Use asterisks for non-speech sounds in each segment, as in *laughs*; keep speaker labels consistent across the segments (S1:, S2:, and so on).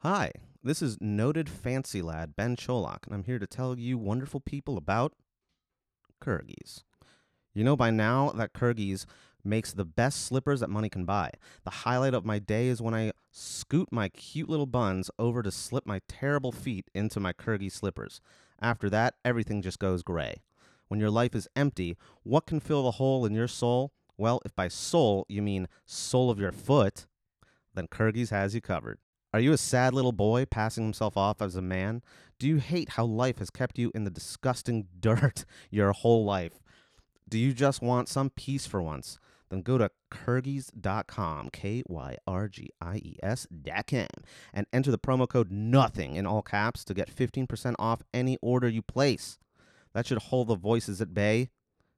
S1: Hi, this is noted fancy lad Ben Cholak, and I'm here to tell you wonderful people about Kyrgyz. You know by now that Kyrgyz makes the best slippers that money can buy. The highlight of my day is when I scoot my cute little buns over to slip my terrible feet into my Kyrgyz slippers. After that, everything just goes gray. When your life is empty, what can fill the hole in your soul? Well, if by soul you mean sole of your foot, then Kyrgyz has you covered. Are you a sad little boy passing himself off as a man? Do you hate how life has kept you in the disgusting *laughs* dirt your whole life? Do you just want some peace for once? Then go to Kyrgyz.com, K Y R G I E S.com, and enter the promo code NOTHING in all caps to get 15% off any order you place. That should hold the voices at bay.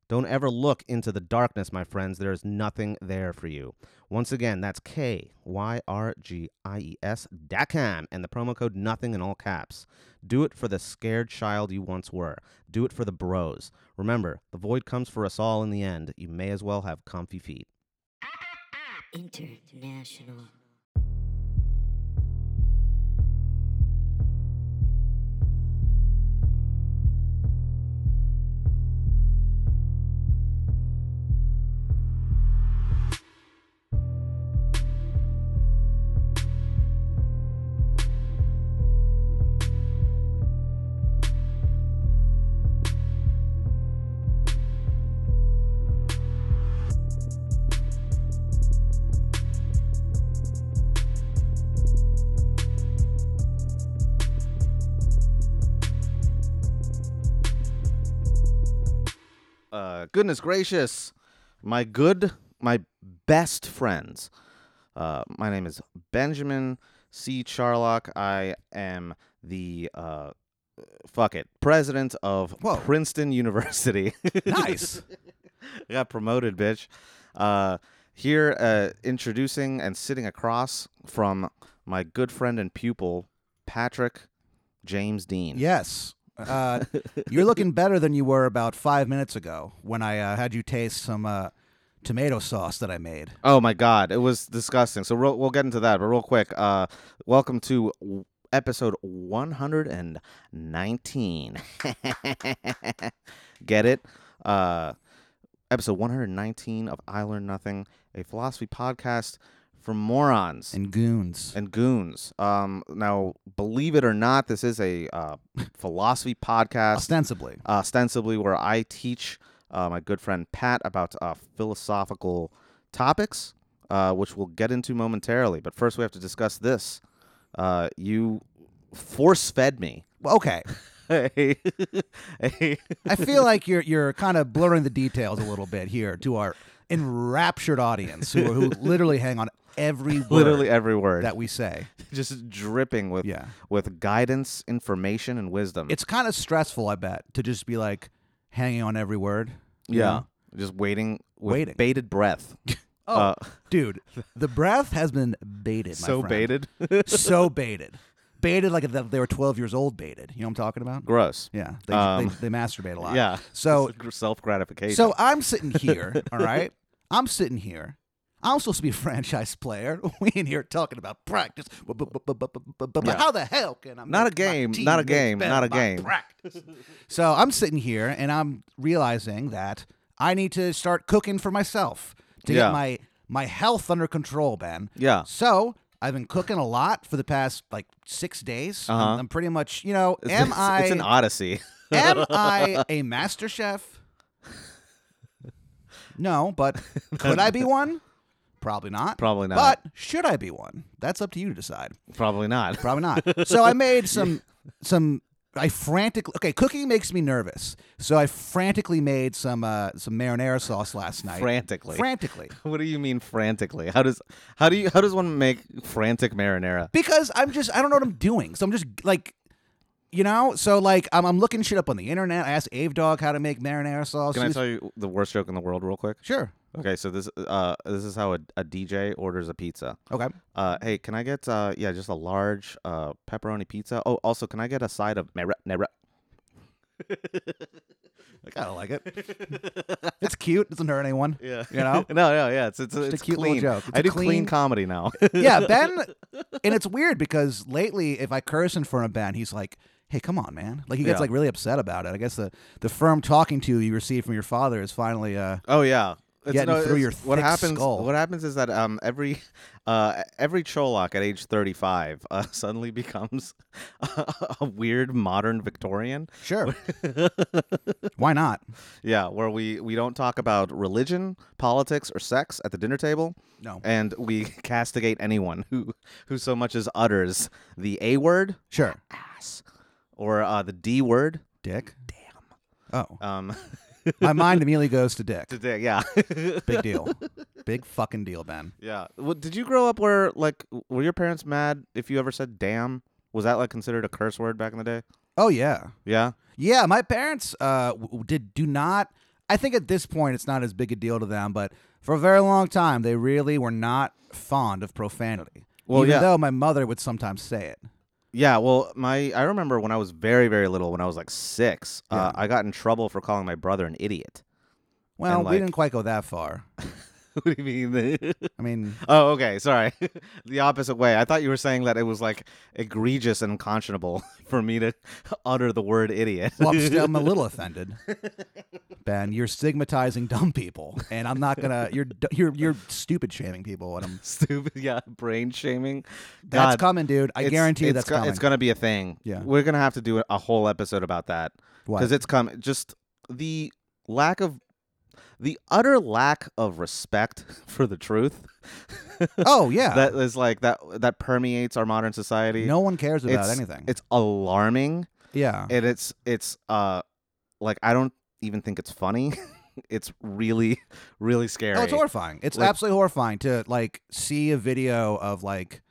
S1: Don't ever look into the darkness, my friends. There is nothing there for you. Once again, that's K Y R G I E S dot com and the promo code nothing in all caps. Do it for the scared child you once were. Do it for the bros. Remember, the void comes for us all in the end. You may as well have comfy feet.
S2: International.
S1: uh, goodness gracious, my good, my best friends. Uh, my name is Benjamin C. Charlock. I am the uh, fuck it president of
S3: Whoa.
S1: Princeton University. *laughs*
S3: Nice.
S1: I got promoted, bitch. Uh, here, uh, introducing and sitting across from my good friend and pupil, Patrick James Dean.
S3: yes. Uh, you're looking better than you were about five minutes ago when I uh, had you taste some uh, tomato sauce that I made.
S1: Oh my god, it was disgusting. So real, we'll get into that, but real quick, uh, welcome to w- episode 119. *laughs* get it? Uh, episode 119 of I Learn Nothing, a philosophy podcast for morons
S3: And goons.
S1: and goons. Um, now, believe it or not, this is a uh, philosophy podcast
S3: Ostensibly.
S1: uh, ostensibly where I teach uh, my good friend Pat about uh, philosophical topics, uh, which we'll get into momentarily. But first, we have to discuss this. Uh, you force fed me. *laughs*
S3: Well, okay.
S1: Hey, hey.
S3: I feel like you're you're kind of blurring the details a little bit here to our enraptured audience who, who literally hang on every word
S1: literally every word,
S3: that we say.
S1: just dripping with
S3: Yeah.
S1: with guidance, information, and wisdom.
S3: It's kind of stressful, I bet, to just be like hanging on every word. you
S1: yeah,
S3: know?
S1: just waiting with
S3: Waiting.
S1: bated breath.
S3: *laughs* Oh,
S1: Uh,
S3: dude, the breath has been baited. My
S1: so
S3: friend.
S1: baited,
S3: *laughs* so baited, baited like that they were twelve years old. Baited. You know what I'm talking about?
S1: gross.
S3: Yeah, they,
S1: Um,
S3: they, they masturbate a lot.
S1: Yeah. *laughs*
S3: So
S1: self gratification.
S3: so *laughs* I'm sitting here.
S1: *laughs*
S3: all right, I'm sitting here. I'm supposed to be a *laughs* franchise player. *laughs* We in here talking about practice. But, but, but, but, but, but, but, but
S1: Yeah.
S3: how the hell can I?
S1: Not
S3: make
S1: a
S3: my
S1: game, not a
S3: teammates
S1: game,
S3: better
S1: not a
S3: by
S1: game.
S3: Practice. *laughs* so I'm sitting here and I'm realizing that I need to start cooking for myself to
S1: Yeah.
S3: get my my health under control, Ben.
S1: yeah,
S3: So I've been cooking a lot for the past like six days. I'm-
S1: Uh-huh.
S3: I'm, pretty much, you know,
S1: It's-
S3: am
S1: it's, *laughs*
S3: I
S1: It's an odyssey. *laughs*
S3: am I a master chef? No, but could I be one? Probably not.
S1: Probably not.
S3: But should I be one? That's up to you to decide.
S1: Probably not.
S3: Probably not. So I made some some I frantically okay, cooking makes me nervous. So I frantically made some uh some marinara sauce last night.
S1: frantically.
S3: Frantically.
S1: *laughs* what do you mean frantically? How does how do you how does one make frantic marinara?
S3: because I'm just I don't know what I'm doing. So I'm just like, you know, so like I'm, I'm looking shit up on the internet. I asked Ave Dog how to make marinara sauce.
S1: Can
S3: She
S1: I
S3: was-
S1: tell you the worst joke in the world, real quick?
S3: Sure.
S1: Okay, so this uh this is how a, a DJ orders a pizza.
S3: Okay.
S1: Uh, hey, can I get uh yeah just a large uh
S3: *laughs*
S1: pepperoni pizza? Oh, also can I get a side of marinara?
S3: I kind of like it. *laughs* It's cute. Doesn't hurt anyone.
S1: Yeah.
S3: You know?
S1: no, no, yeah. It's it's,
S3: Just a
S1: it's
S3: cute little
S1: clean.
S3: joke. It's
S1: I
S3: a
S1: do clean,
S3: clean-
S1: comedy now.
S3: yeah,
S1: *laughs*
S3: Ben. And it's weird because lately, if I curse in front of Ben, he's like, "Hey, come on, man!" Like he gets
S1: Yeah.
S3: like really upset about it. I guess the the firm talking to you received from your father is finally. uh
S1: oh yeah.
S3: Getting through your
S1: what
S3: thick
S1: happens?
S3: skull.
S1: What happens is that um every uh every Cholok at age thirty five uh, *laughs* suddenly becomes *laughs* a, weird modern Victorian.
S3: Sure. *laughs* Why not?
S1: Yeah, where we we don't talk about religion, politics, or sex at the dinner table,
S3: No.
S1: and we *laughs* castigate anyone who who so much as utters the a word
S3: Sure.
S1: ass or uh, the d word
S3: Dick.
S1: damn.
S3: Oh,
S1: Um, *laughs*
S3: my mind immediately goes to Dick.
S1: today, yeah.
S3: Big deal. Big fucking deal, Ben.
S1: Yeah. Well, did you grow up where like w- were your parents mad if you ever said damn? Was that like considered a curse word back in the day?
S3: Oh yeah.
S1: Yeah.
S3: Yeah, my parents uh, w- w- did do not. I think at this point it's not as big a deal to them, but for a very long time they really were not fond of profanity.
S1: Well,
S3: even
S1: yeah.
S3: though my mother would sometimes say it.
S1: Yeah. Well, my I remember when I was very very little, when I was like six, uh, I got in trouble for calling my brother an
S3: *laughs*
S1: idiot. *laughs*
S3: Well,
S1: And,
S3: we
S1: like-
S3: didn't quite go that far.
S1: what do you mean?
S3: I
S1: *laughs*
S3: mean, *laughs*
S1: oh, okay. Sorry. the opposite way. I thought you were saying that it was like egregious and unconscionable *laughs* for me to utter the word idiot.
S3: well, I'm, still, I'm a little offended. Ben, you're stigmatizing dumb people, and I'm not gonna. You're d- you're you're stupid shaming people, and I'm.
S1: *laughs* Stupid. Yeah. Brain shaming.
S3: That's
S1: God,
S3: coming, dude. I
S1: It's-
S3: guarantee you
S1: it's
S3: that's
S1: go-
S3: coming.
S1: It's gonna be a thing.
S3: Yeah.
S1: we're gonna have to do a whole episode about that
S3: Why?
S1: because it's coming. Just the lack of the utter lack of respect *laughs* for the truth
S3: oh yeah.
S1: that is like that that permeates our modern society.
S3: no one cares about
S1: it's-
S3: anything.
S1: it's alarming,
S3: yeah.
S1: and it's it's uh like I don't even think it's funny. *laughs* it's really really scary.
S3: Oh, it's horrifying. It's
S1: Like-
S3: absolutely horrifying to like see a video of like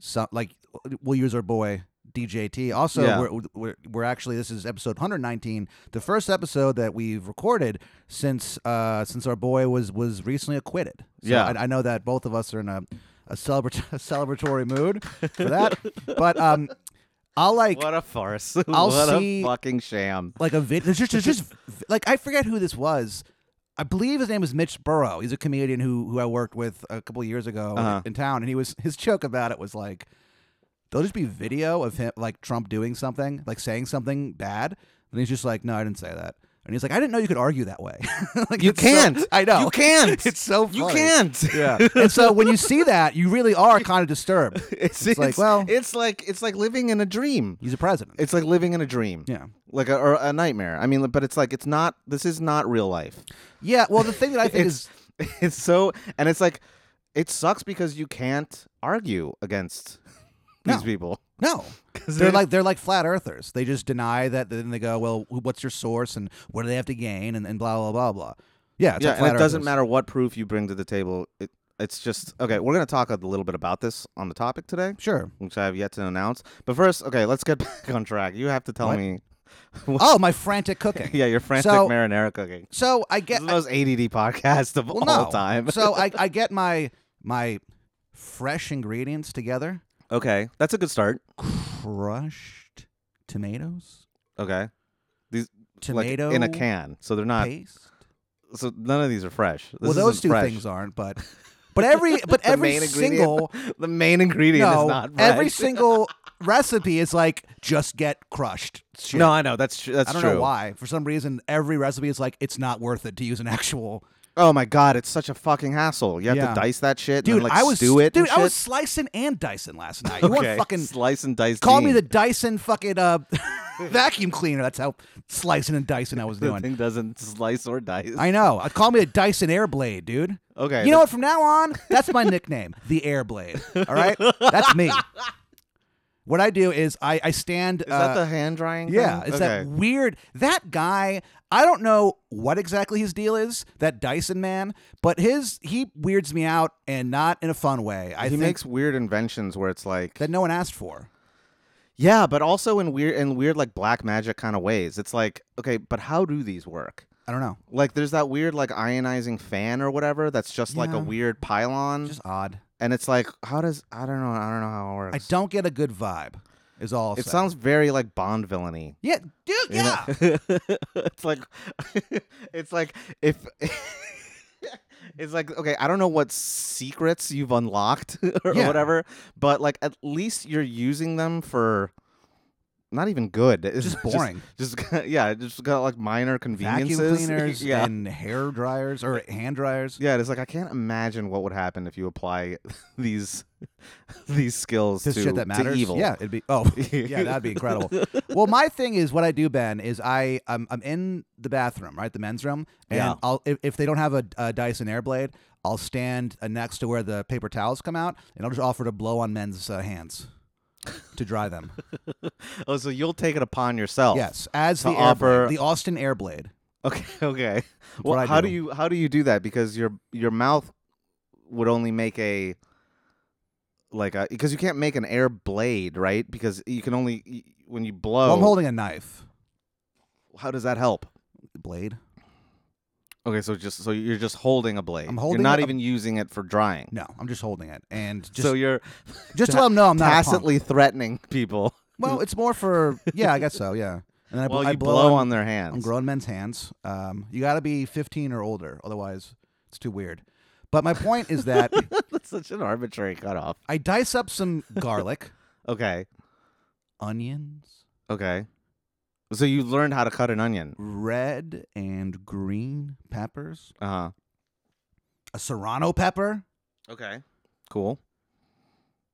S3: some like we'll use our boy DJT. Also,
S1: Yeah.
S3: we're, we're we're actually this is episode 119, the first episode that we've recorded since uh since our boy was was recently acquitted. So
S1: Yeah.
S3: I, I know that both of us are in a a, celebrat- a *laughs* celebratory mood for that, but um, I'll like
S1: what a farce! *laughs*
S3: I'll
S1: what
S3: see-
S1: a fucking sham!
S3: like a video. There's just, there's just like I forget who this was. I believe his name was Mitch Burrow. He's a comedian who who I worked with a couple years ago
S1: Uh-huh.
S3: in town, and he was his joke about it was like, there'll just be video of him like Trump doing something, like saying something bad, and he's just like, no, I didn't say that, and he's like, I didn't know you could argue that way. *laughs* like,
S1: You
S3: it's so-
S1: can't.
S3: I know.
S1: You can't.
S3: *laughs* It's so
S1: You
S3: funny.
S1: can't. *laughs*
S3: Yeah. and so when you see that, you really are kind of disturbed.
S1: It's,
S3: It's like, well-
S1: it's like it's like living in a dream.
S3: He's a president.
S1: It's like living in a dream,
S3: yeah.
S1: like a, or a nightmare. I mean, but it's like it's not. This is not real life. *laughs*
S3: Yeah. Well, the thing that I think is
S1: It's it's so, and it's like it sucks because you can't argue against
S3: No.
S1: these people.
S3: No,
S1: *laughs* 'Cause
S3: they're
S1: they-
S3: like they're like flat earthers. They just deny that. Then they go, well, wh- what's your source and what do they have to gain and, and blah blah blah blah. Yeah, it's
S1: yeah,
S3: like
S1: and
S3: flat
S1: it doesn't
S3: earthers.
S1: matter what proof you bring to the table. It, it's just okay. We're gonna talk a little bit about this on the topic today, *laughs*
S3: Sure.
S1: which I have yet to announce. But first, okay, let's get *laughs* back on track. You have to tell
S3: What?
S1: me, *laughs*
S3: Oh, my frantic cooking.
S1: yeah, your frantic
S3: So-
S1: marinara cooking.
S3: So I
S1: This
S3: get
S1: is the most ADD podcast of
S3: well,
S1: all
S3: no.
S1: time.
S3: so I, I get my my fresh ingredients together,
S1: *laughs* Okay, that's a good start.
S3: crushed tomatoes,
S1: Okay,
S3: tomato
S1: like in a can, so they're not.
S3: paste.
S1: So none of these are fresh. This
S3: well, those
S1: isn't
S3: two
S1: fresh.
S3: things aren't,
S1: *laughs*
S3: but but every but
S1: The
S3: every
S1: main ingredient-
S3: single
S1: *laughs* the main ingredient
S3: no,
S1: is not fresh. *laughs*
S3: every single recipe is like just get crushed. Shit.
S1: no, I know that's tr- that's
S3: I don't
S1: true.
S3: know why. For some reason, every recipe is like it's not worth it to use an actual
S1: Oh my god, it's such a fucking hassle. You have
S3: Yeah.
S1: to dice that shit.
S3: dude.
S1: and then, like
S3: I was
S1: stew it.
S3: dude.
S1: and
S3: I was
S1: shit.
S3: slicing and dicing
S1: *laughs*
S3: last night. You
S1: Okay,
S3: want fucking
S1: slice and dice.
S3: call me
S1: Dean.
S3: the Dyson fucking uh, *laughs* vacuum cleaner? That's how slicing and dicing I
S1: *laughs*
S3: was
S1: The *laughs*
S3: *laughs* doing.
S1: thing doesn't slice or dice.
S3: I know. I call me a Dyson Airblade, dude.
S1: okay,
S3: You know what? From now on, that's my nickname, the Airblade. All right, that's
S1: *laughs*
S3: me. What I do is I I stand.
S1: is
S3: uh,
S1: that the hand drying?
S3: Yeah,
S1: thing?
S3: it's that
S1: Okay.
S3: weird. That guy, I don't know what exactly his deal is, that Dyson man, but his he weirds me out and not in a fun way. I
S1: he
S3: think
S1: makes weird inventions where it's like
S3: that no one asked for.
S1: Yeah, but also in weird in weird like black magic kind of ways. It's like, okay, but how do these work?
S3: I don't know.
S1: Like there's that weird like ionizing fan or whatever that's just like a
S3: Yeah.
S1: weird pylon
S3: Just odd.
S1: and it's like how does I don't know, I don't know how it
S3: I
S1: works.
S3: don't get a good vibe. Is all. I'll
S1: It
S3: say.
S1: sounds very like Bond villainy.
S3: Yeah, dude.
S1: you know?
S3: Yeah.
S1: *laughs* it's like *laughs* it's like if *laughs* it's like okay, I don't know what secrets you've unlocked *laughs* or
S3: Yeah.
S1: whatever, but like at least you're using them for not even good. It's
S3: Just boring.
S1: Just, *laughs* yeah, just got like minor conveniences. *laughs*
S3: Vacuum cleaners
S1: yeah.
S3: and hair dryers or hand dryers.
S1: yeah, it's like I can't imagine what would happen if you apply *laughs* these these skills
S3: This
S1: to,
S3: shit that matters.
S1: to evil. *laughs*
S3: Yeah, it'd be. Oh, yeah, that'd be incredible. well, my thing is what I do, Ben, is I I'm, I'm in the bathroom, right, the men's room, and
S1: Yeah.
S3: I'll if, if they don't have a, a Dyson Airblade, I'll stand uh, next to where the paper towels come out, and I'll just offer to blow on men's uh, hands to
S1: *laughs*
S3: dry them.
S1: *laughs* Oh, so you'll take it upon yourself.
S3: yes, as
S1: Oh. To
S3: the air blade,
S1: offer-
S3: the Austin Airblade.
S1: *laughs* Okay. Okay.
S3: what
S1: Well,
S3: I
S1: how do.
S3: do.
S1: you how do you do that? Because your your mouth would only make a like a because you can't make an air blade, right? Because you can only y- when you blow.
S3: Well, I'm holding a knife
S1: How does that help?
S3: blade.
S1: Okay, so just so you're just holding a blade.
S3: I'm holding
S1: You're not
S3: a-
S1: even using it for drying.
S3: No, I'm just holding it, and just
S1: so you're
S3: just to let them know I'm not a punk.
S1: tacitly threatening people
S3: Well, it's more for yeah, I guess so. Yeah, and then I, bl-
S1: while
S3: I
S1: you blow
S3: on
S1: on their
S3: on
S1: hands.
S3: grown men's hands. Um, you got to be 15 or older, otherwise it's too weird. But my point is
S1: *laughs*
S3: that
S1: *laughs* That's such an arbitrary cutoff.
S3: I dice up some garlic,
S1: Okay.
S3: onions,
S1: Okay. So you learned how to cut an onion.
S3: red and green peppers,
S1: Uh huh.
S3: a serrano pepper.
S1: Okay. Cool.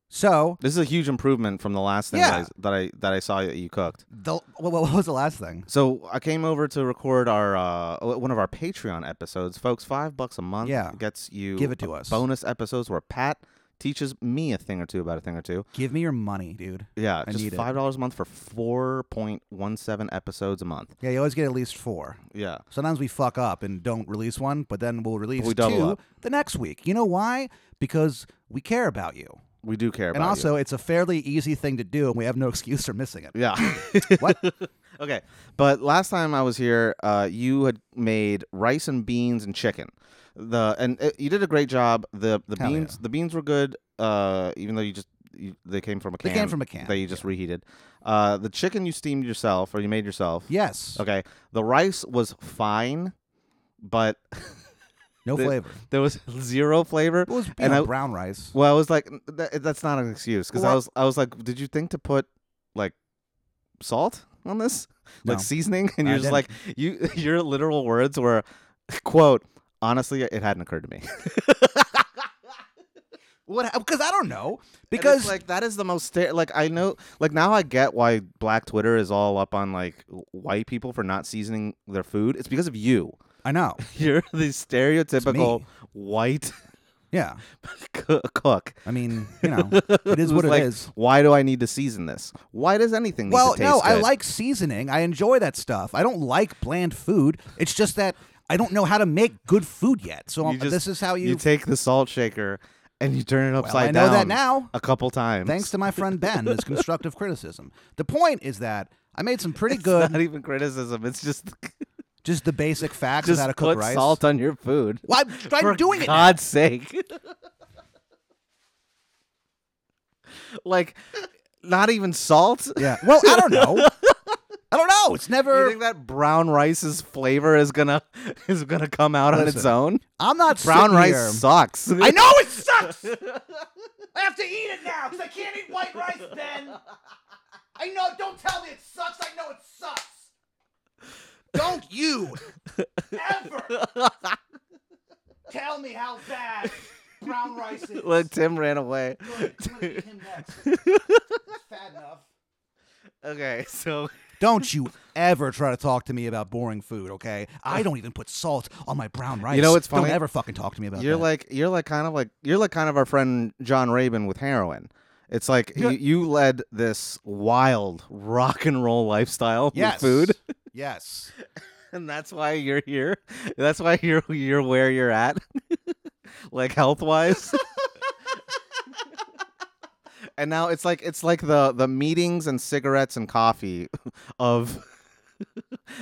S3: So
S1: This is a huge improvement from the last thing
S3: Yeah.
S1: that, I, that I that I saw that you cooked.
S3: the what, what was the last thing?
S1: So I came over to record our uh, o- one of our Patreon episodes, folks. Five bucks a month
S3: Yeah.
S1: gets you
S3: Give it to us.
S1: bonus episodes where Pat teaches me a thing or two about a thing or two.
S3: Give me your money, dude.
S1: Yeah,
S3: I
S1: just
S3: need it.
S1: five dollars a month for four point one seven episodes a month.
S3: Yeah, you always get at least four.
S1: Yeah,
S3: Sometimes we fuck up and don't release one, but then we'll release
S1: we double
S3: two
S1: up.
S3: the next week. You know why? Because we care about you.
S1: we do care
S3: and
S1: about
S3: also, it's a fairly easy thing to do, and we have no *laughs* excuse for missing it.
S1: you. *laughs* Yeah.
S3: What?
S1: okay, but last time I was here, uh, you had made rice and beans and chicken. The and uh, you did a great job. The the
S3: Hell
S1: beans the beans were good. Uh, even though you just you, they came from a
S3: They
S1: can.
S3: came from a can,
S1: That you just reheated. Uh, the chicken you steamed yourself or you made yourself.
S3: Yes.
S1: Okay. The rice was fine, but *laughs*
S3: No
S1: The-
S3: flavor.
S1: there was zero flavor.
S3: It was you
S1: and
S3: know,
S1: I-
S3: brown rice.
S1: Well, I was like, "N- that, that's not an excuse because I
S3: Well,
S1: was I was like, did you think to put like salt on this, *laughs* like
S3: No.
S1: seasoning? And
S3: I
S1: you're just like, you *laughs* your literal words were, quote, honestly, it hadn't occurred
S3: *laughs*
S1: to me.
S3: What? Because I don't
S1: And
S3: know.
S1: it's
S3: Because
S1: like that is the most ster- like I know like now I get why Black Twitter is all up on like white people for not seasoning their food. It's because of you. *laughs*
S3: I know.
S1: You're the stereotypical white *laughs*
S3: Yeah.
S1: coo- cook.
S3: I mean,
S1: *laughs*
S3: you know, it is
S1: who's
S3: what
S1: like,
S3: it is.
S1: Why do I need to season this? Why does anything?
S3: Well,
S1: need to
S3: no,
S1: taste
S3: I
S1: good?
S3: like seasoning. I enjoy that stuff. I don't like bland food. It's just that I don't know how to make good food yet. So
S1: You
S3: I'm
S1: just-
S3: this is how you.
S1: You take the salt shaker and you turn it
S3: I
S1: upside
S3: know
S1: down.
S3: that now.
S1: A couple times.
S3: Thanks to
S1: *laughs*
S3: my friend Ben, and his constructive criticism. The point is that I made some pretty
S1: It's *laughs*
S3: good,
S1: not even criticism. It's just *laughs*
S3: just the basic facts of
S1: just
S3: how to cook
S1: put
S3: rice.
S1: salt on your food.
S3: Well, I'm, I'm
S1: For
S3: doing it.
S1: God's sake.
S3: *laughs*
S1: like, not even
S3: *laughs*
S1: salt.
S3: Yeah. Well, I don't *laughs* know. I don't know. It's
S1: You
S3: never.
S1: think that brown rice's flavor is gonna *laughs* is gonna come out on its
S3: Listen,
S1: own?
S3: I'm not
S1: Brown
S3: sitting
S1: rice
S3: here-
S1: sucks. *laughs*
S3: I know it sucks. *laughs* I have to eat it now because I can't eat white rice. Then I know. Don't tell me it sucks. I know it sucks. Don't you ever *laughs* tell me how bad brown rice is.
S1: Look, Tim ran away.
S3: *laughs*
S1: Okay, *laughs* so
S3: Don't you ever try to talk to me about boring food, okay? I don't even put salt on my brown rice.
S1: You know what's funny?
S3: Don't ever fucking talk to me about
S1: you're
S3: that.
S1: like you're like kind of like you're like kind of our friend John Rabin with heroin. It's like you,
S3: You're-
S1: you led this wild rock and roll lifestyle
S3: yes. *laughs*
S1: with food, *laughs*
S3: Yes.
S1: and that's why you're here. That's why you're you're where you're at, *laughs* like health wise. *laughs* and now it's like it's like the the meetings and cigarettes and coffee *laughs* of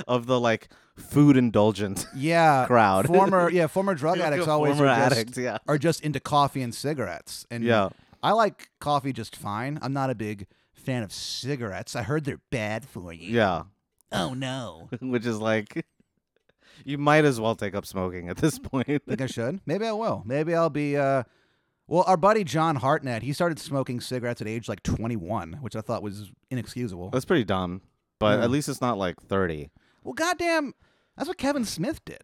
S1: of the like food indulgent *laughs*
S3: Yeah.
S1: crowd. *laughs*
S3: Former yeah, former drug addicts always
S1: former
S3: are just,
S1: addicts, yeah.
S3: are just into coffee and cigarettes. And
S1: Yeah.
S3: I like coffee just fine. I'm not a big fan of cigarettes. I heard they're bad for you.
S1: Yeah.
S3: Oh no.
S1: *laughs* Which is like, you might as well take up smoking at this *laughs* point.
S3: Think I should? Maybe I will. Maybe I'll be. uh Well, our buddy John Hartnett, he started smoking cigarettes at age like 21, which I thought was inexcusable.
S1: That's pretty dumb, but
S3: Yeah.
S1: at least it's not like 30.
S3: Well, goddamn, that's what Kevin Smith did.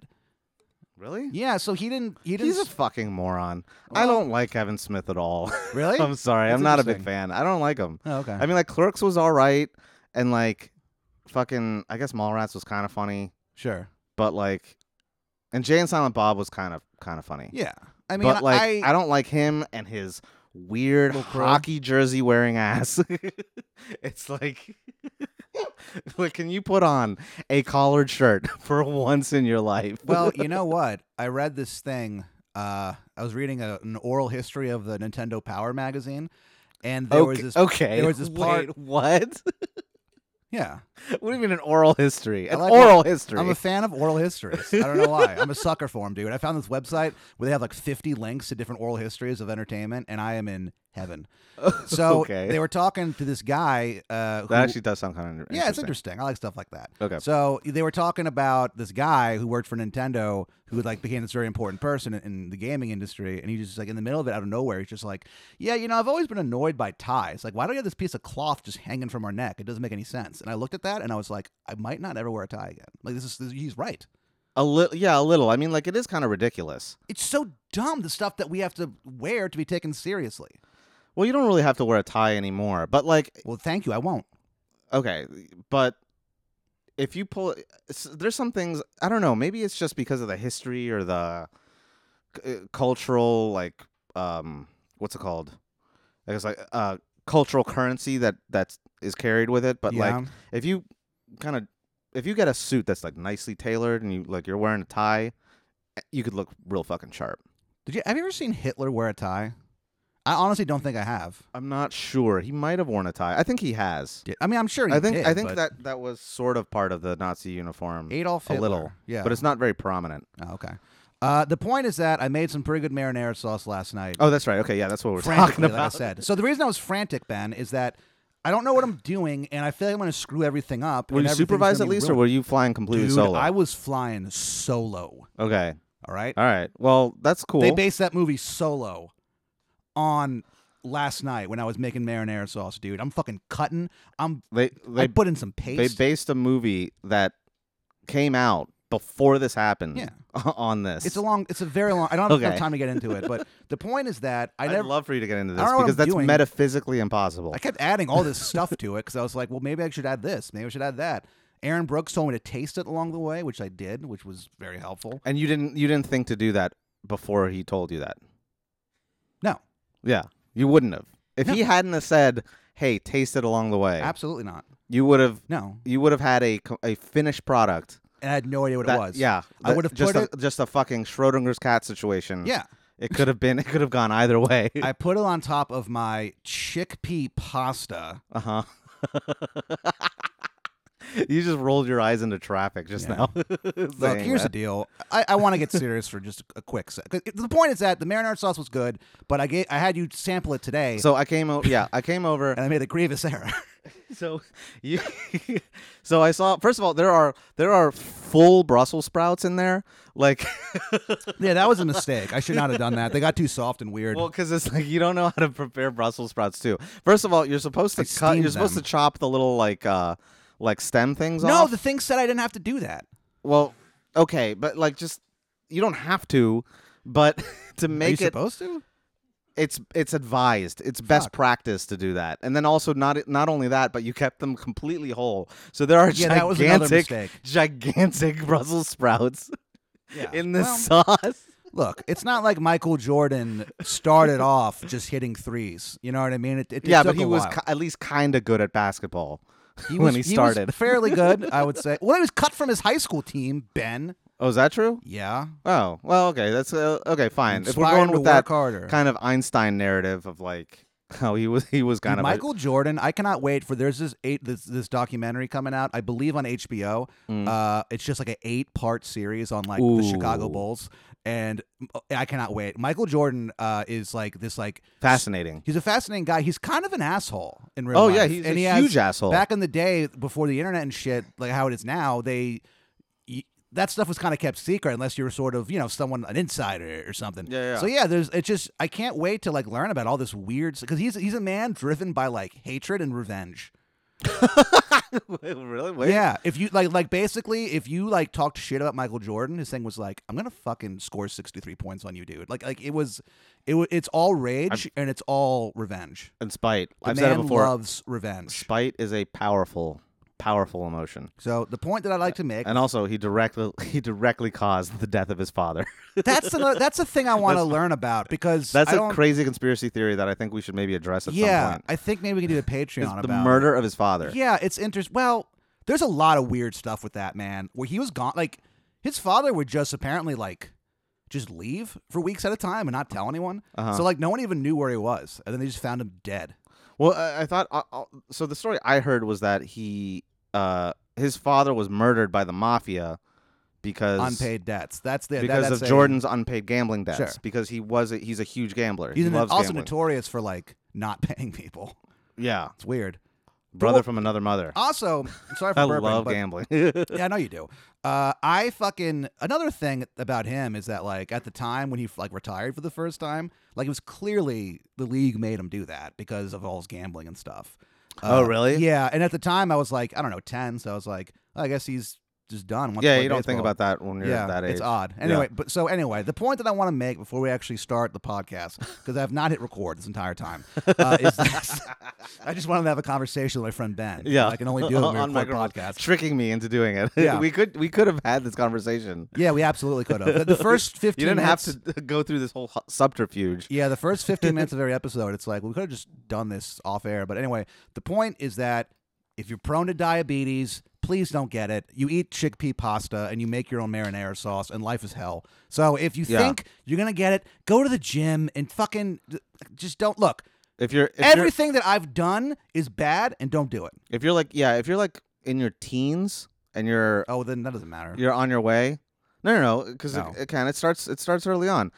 S1: Really?
S3: Yeah, so he didn't. He didn't.
S1: He's a
S3: s-
S1: fucking moron. I
S3: Well-
S1: don't like Kevin Smith at all. *laughs*
S3: really?
S1: I'm sorry.
S3: That's
S1: I'm not a big
S3: interesting.
S1: fan. I don't like him.
S3: oh, okay.
S1: I mean, like, Clerks was all right, and like, fucking, I guess Mallrats was kind of funny,
S3: sure.
S1: but like, and Jay and Silent Bob was kind of kind of funny.
S3: Yeah. I mean,
S1: but like,
S3: I,
S1: I, don't like him and his weird
S3: Little crow.
S1: hockey jersey wearing ass. *laughs* it's like, *laughs* like, can you put on a collared shirt *laughs* for once in your life?
S3: *laughs*
S1: *laughs*
S3: well, you know what? I read this thing. Uh, I was reading a, an oral history of the Nintendo Power magazine, and there was
S1: okay.
S3: this.
S1: okay.
S3: there was this part-
S1: Wait, what? *laughs*
S3: Yeah,
S1: what do you mean an oral history?
S3: I
S1: An
S3: like
S1: oral history.
S3: I'm a fan of oral histories. I don't know why. I'm a sucker for them, dude. I found this website where they have like 50 links to different oral histories of entertainment, and I am in
S1: *laughs*
S3: heaven. So
S1: Okay.
S3: they were talking to this guy. Uh, who,
S1: that actually does sound kind of
S3: yeah, it's interesting. I like stuff like that.
S1: Okay.
S3: So they were talking about this guy who worked for Nintendo, who like became this very important person in, in the gaming industry, and he just like in the middle of it, out of nowhere, he's just like, "Yeah, you know, I've always been annoyed by ties. Like, why do we have this piece of cloth just hanging from our neck? It doesn't make any sense." And I looked at that, and I was like, "I might not ever wear a tie again." Like, this is this, he's right.
S1: A little, yeah, a little. I mean, like it is kind of ridiculous.
S3: It's so dumb the stuff that we have to wear to be taken seriously.
S1: Well, you don't really have to wear a tie anymore, but like
S3: Well, thank you. I won't.
S1: okay but if you pull s- there's some things i don't know maybe it's just because of the history or the c- uh, cultural like um what's it called i guess like uh cultural currency that that's is carried with it but
S3: Yeah.
S1: like if you kind of if you get a suit that's like nicely tailored and you like you're wearing a tie eh, you could look real fucking sharp
S3: did you have you ever seen Hitler wear a tie? I honestly don't think I have.
S1: i'm not sure he might have worn a tie i think he has
S3: Did- I mean, I'm sure. He
S1: i think
S3: did,
S1: i think
S3: but-
S1: that that was sort of part of the nazi uniform
S3: Adolf
S1: A
S3: Hitler.
S1: little,
S3: yeah.
S1: but it's not very prominent.
S3: oh, okay. Uh, the point is that I made some pretty good marinara sauce last night.
S1: Oh, that's right. Okay, yeah, that's what we're talking
S3: frantically, like I *laughs*
S1: about.
S3: said. So the reason I was frantic, Ben, is that I don't know what I'm doing, and I feel like I'm going to screw everything up.
S1: Were
S3: and
S1: you
S3: everything's
S1: supervised
S3: gonna
S1: at
S3: be
S1: least, or
S3: ruined.
S1: were you flying completely
S3: Dude,
S1: solo?
S3: I was flying solo.
S1: okay,
S3: All right.
S1: all right. Well, that's cool.
S3: They based that movie Solo on last night when I was making marinara sauce, dude. I'm fucking cutting. I'm
S1: they
S3: I
S1: they,
S3: put in some
S1: they
S3: paste.
S1: based a movie that came out before this happened.
S3: Yeah.
S1: *laughs* on this.
S3: it's a long. It's a very long. I don't have enough
S1: Okay.
S3: time to get into it, but the point is that
S1: *laughs*
S3: I
S1: I'd
S3: never.
S1: love for you to get into
S3: I
S1: this
S3: don't know what
S1: because
S3: I'm
S1: that's
S3: doing.
S1: metaphysically impossible.
S3: I kept adding all this stuff to it because I was like, well, maybe I should add this. Maybe I should add that. Aaron Brooks told me to taste it along the way, which I did, which was very helpful.
S1: *laughs* and you didn't you didn't think to do that before he told you that.
S3: No,
S1: Yeah, you wouldn't have if
S3: No.
S1: he hadn't have said, "Hey, taste it along the way."
S3: absolutely not.
S1: you would have
S3: No,
S1: you would have had a co- a finished product
S3: and I had no idea what
S1: That-
S3: it was.
S1: Yeah,
S3: I
S1: that-
S3: would've
S1: just
S3: put
S1: a, just a fucking Schrodinger's cat situation.
S3: yeah.
S1: it could have been. It could have gone either way.
S3: *laughs* I put it on top of my chickpea pasta.
S1: Uh huh. *laughs* you just rolled your eyes into traffic just
S3: Yeah.
S1: now. *laughs*
S3: Look,
S1: saying
S3: here's the
S1: that.
S3: deal. I, I want to get serious for just a quick sec. 'Cause it- The point is that the marinara sauce was good, but I gave, I had you sample it today,
S1: so I came over. Yeah, I came over.
S3: *laughs* and I made a grievous error.
S1: so you. *laughs* so I saw. First of all, there are there are full Brussels sprouts in there.
S3: *laughs*
S1: Like,
S3: yeah, that was a mistake. I should not have done that. They got too soft and weird.
S1: well, because it's like you don't know how to prepare Brussels sprouts too. First of all, you're supposed to
S3: Like
S1: cut. You're
S3: steam
S1: supposed to
S3: them.
S1: chop the little like uh like stem things
S3: no,
S1: off.
S3: the thing said I didn't have to do that.
S1: Well, okay, but like just you don't have to, but *laughs* to make
S3: Are you
S1: it
S3: supposed to?
S1: it's it's advised. It's best
S3: Fuck.
S1: practice to do that. And then also not not only that, but you kept them completely whole. So there are
S3: Yeah, that was another
S1: gigantic
S3: mistake.
S1: gigantic *laughs* Brussels sprouts
S3: Yeah.
S1: in this *laughs* sauce.
S3: *laughs* Look, it's not like Michael Jordan *laughs* started off just hitting threes. You know what I mean? It, it, it
S1: Yeah,
S3: took
S1: but he
S3: a
S1: was
S3: while.
S1: ki- at least kind of good at basketball.
S3: *laughs* he
S1: when
S3: was,
S1: he
S3: was
S1: started.
S3: fairly good, I would say. Well, he was cut from his high school team, Ben.
S1: Oh, is that true?
S3: Yeah,
S1: Oh, well, okay. That's uh, okay, fine. If we're
S3: Inspired
S1: going
S3: him to
S1: with that
S3: work harder.
S1: kind of Einstein narrative of like *laughs* how he was he was kind of a-
S3: Michael Jordan. I cannot wait for there's this eight this this documentary coming out. I believe on HBO.
S1: Mm.
S3: Uh, it's just like an eight part series on like the Chicago
S1: Ooh.
S3: Bulls, and uh, I cannot wait. Michael Jordan uh, is like this like
S1: fascinating.
S3: he's a fascinating guy. He's kind of an asshole in real
S1: Oh
S3: life.
S1: yeah, he's
S3: and
S1: a
S3: he has-
S1: huge asshole.
S3: Back in the day, before the internet and shit, like how it is now, they. y- that stuff was kind of kept secret unless you were sort of, you know, someone an insider or something.
S1: Yeah, yeah.
S3: So yeah, there's it's just I can't wait to like learn about all this weird because he's he's a man driven by like hatred and revenge.
S1: *laughs* really? Wait.
S3: Yeah, if you like like basically if you like talked shit about Michael Jordan, his thing was like I'm gonna fucking score 63 points on you, dude. Like like it was, it wa- it's all rage and it's all revenge.
S1: And spite.
S3: The
S1: I've
S3: man
S1: said it before.
S3: loves revenge.
S1: Spite is a powerful, powerful emotion.
S3: So the point that I like to make
S1: And also, he directly *laughs* he directly caused the death of his
S3: *laughs*
S1: father.
S3: That's another, that's
S1: *laughs*
S3: a thing I want to learn about because
S1: That's
S3: I
S1: a
S3: don't,
S1: crazy conspiracy theory that I think we should maybe address at
S3: yeah.
S1: some point.
S3: I think maybe we can do a Patreon
S1: Is
S3: about
S1: the
S3: it.
S1: murder of his father.
S3: Yeah, it's interesting. Well, there's a lot of weird stuff with that man where he was gone. Like his father would just apparently like just leave for weeks at a time and not tell anyone.
S1: Uh-huh.
S3: So like no one even knew where he was, and then they just found him dead.
S1: Well, I, I thought I, I, so. The story I heard was that he, uh, his father was murdered by the mafia because
S3: Unpaid debts. That's the that-
S1: because
S3: that's
S1: of
S3: a-
S1: Jordan's unpaid gambling debts.
S3: Sure.
S1: Because he was a, he's a huge gambler.
S3: He's
S1: he
S3: an-
S1: loves
S3: also
S1: gambling.
S3: notorious for like not *laughs* paying people.
S1: yeah,
S3: It's weird.
S1: brother from another mother.
S3: Also, sorry for
S1: I
S3: burping,
S1: love
S3: but
S1: *laughs* gambling.
S3: yeah, I know you do. Uh, I fucking another thing about him is that like at the time when he like retired for the first time, like it was clearly the league made him do that because of all his gambling and stuff.
S1: Oh,
S3: Uh,
S1: really?
S3: Yeah, and at the time I was like I don't know ten, so I was like "Oh, I guess he's just done. wants to
S1: yeah,
S3: play
S1: you don't think
S3: baseball.
S1: about that when you're
S3: yeah,
S1: that age.
S3: it's odd. Anyway, but so anyway, the point that I want to make before we actually start the podcast, because I have not hit record this entire time, uh,
S1: *laughs*
S3: is this. I just wanted to have a conversation with my friend Ben.
S1: Yeah,
S3: I can only
S1: *laughs*
S3: do it when we
S1: on
S3: record
S1: microphone,
S3: podcasts.
S1: tricking me into doing it. *laughs*
S3: Yeah.
S1: we could we could have had this conversation.
S3: Yeah, we absolutely could have.
S1: *laughs*
S3: The- The first 15
S1: You didn't
S3: minutes,
S1: have to *laughs* go through this whole hu- subterfuge.
S3: Yeah,
S1: *laughs*
S3: the first 15 minutes of every episode, it's like, we could have just done this off air. But anyway, the point is that if you're prone to diabetes, please don't get it. You eat chickpea pasta and you make your own marinara sauce, and life is hell. So if you
S1: Yeah.
S3: think you're going to get it, go to the gym and fucking just don't look.
S1: If you're if you're,
S3: Everything that I've done is bad and don't do it.
S1: if you're like yeah, if you're like in your teens and you're
S3: Oh, then that doesn't matter.
S1: you're on your way. No, no, no, because
S3: No.
S1: it, it can. It starts. It starts early on.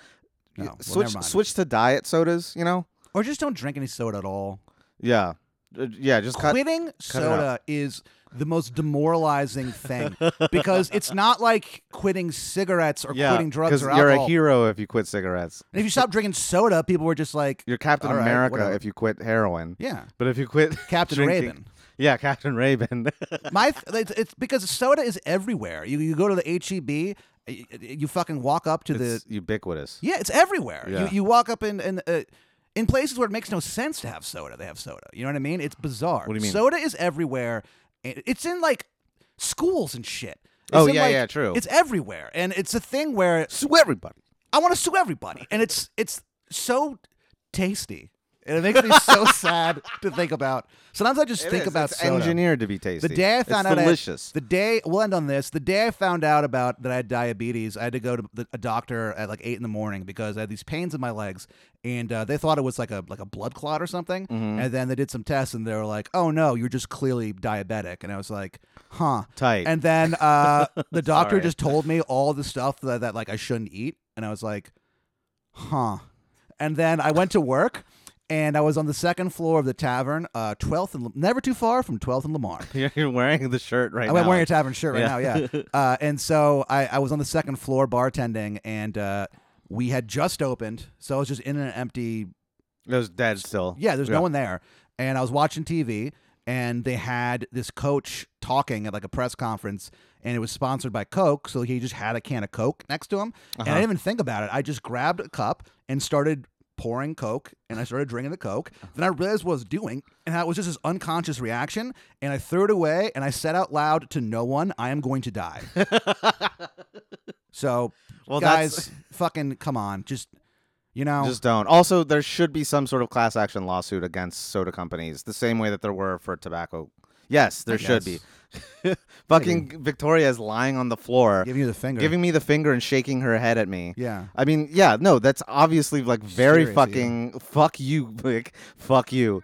S1: Y-
S3: No, well, never
S1: switch
S3: mind.
S1: switch to diet sodas. You know.
S3: Or just don't drink any soda at all.
S1: Yeah, Uh, yeah. Just cut.
S3: quitting
S1: it out.
S3: soda is the most demoralizing thing because it's not like quitting cigarettes or
S1: yeah,
S3: quitting drugs
S1: 'cause
S3: or
S1: you're
S3: alcohol.
S1: a hero if you quit cigarettes.
S3: And if you stop drinking soda, people were just like,
S1: You're Captain
S3: All right,
S1: America
S3: whatever.
S1: if you quit heroin.
S3: yeah,
S1: But if you quit *laughs*
S3: Captain
S1: drinking-
S3: Raven.
S1: yeah, Captain Raven. *laughs*
S3: My th- it's, it's because soda is everywhere. You you go to the E HEB, you, you fucking walk up to the
S1: it's ubiquitous.
S3: yeah, it's everywhere.
S1: Yeah.
S3: You you walk up in in uh, in places where it makes no sense to have soda, they have soda. You know what I mean? It's bizarre.
S1: What do you mean?
S3: Soda is everywhere. and It's in like schools and shit. It's
S1: Oh,
S3: in,
S1: yeah,
S3: like-
S1: yeah, true.
S3: It's everywhere, and it's a thing where
S1: Sue everybody.
S3: I want to sue everybody, and it's it's so tasty, and it makes me
S1: *laughs*
S3: so sad to think about. Sometimes I just
S1: It
S3: think
S1: is.
S3: about
S1: it's
S3: soda.
S1: engineered to be tasty.
S3: The day I
S1: It's
S3: found out, I-
S1: delicious.
S3: the day we'll end on this. The day I found out about that I had diabetes, I had to go to the, a doctor at like eight in the morning because I had these pains in my legs, and uh, they thought it was like a like a blood clot or something.
S1: Mm-hmm.
S3: And then they did some tests, and they were like, "Oh no, you're just clearly diabetic." And I was like, "Huh."
S1: Tight.
S3: And then uh, the doctor
S1: Sorry.
S3: just told me all the stuff that, that like I shouldn't eat, and I was like, huh. And then I went to work, and I was on the second floor of the tavern, uh, 12th and never too far from 12th and Lamar.
S1: *laughs* you're, you're wearing the shirt right
S3: I'm
S1: now.
S3: wearing a tavern shirt right
S1: Yeah.
S3: now, yeah. uh, and so I, I was on the second floor bartending, and uh, we had just opened, so I was just in an empty
S1: it was dead still.
S3: yeah, there's no one there. And I was watching TV and they had this coach talking at like a press conference and it was sponsored by Coke, so he just had a can of Coke next to him. And
S1: Uh-huh.
S3: I didn't even think about it. I just grabbed a cup and started pouring Coke and I started drinking the Coke.
S1: Uh-huh.
S3: Then I realized what I was doing and that was just this unconscious reaction and I threw it away and I said out loud to no one, I am going
S1: *laughs*
S3: to die. so
S1: Well, that's-
S3: guys, fucking come on. Just you know
S1: Just don't. Also, there should be some sort of class action lawsuit against soda companies, the same way that there were for tobacco. Yes, there should be.
S3: guess.
S1: *laughs* Fucking Victoria is lying on the floor,
S3: Giving you the finger.
S1: giving me the finger and shaking her head at me.
S3: yeah.
S1: I mean, yeah, no, that's obviously like very
S3: Serious, yeah.
S1: fucking fuck you, *laughs* like fuck you.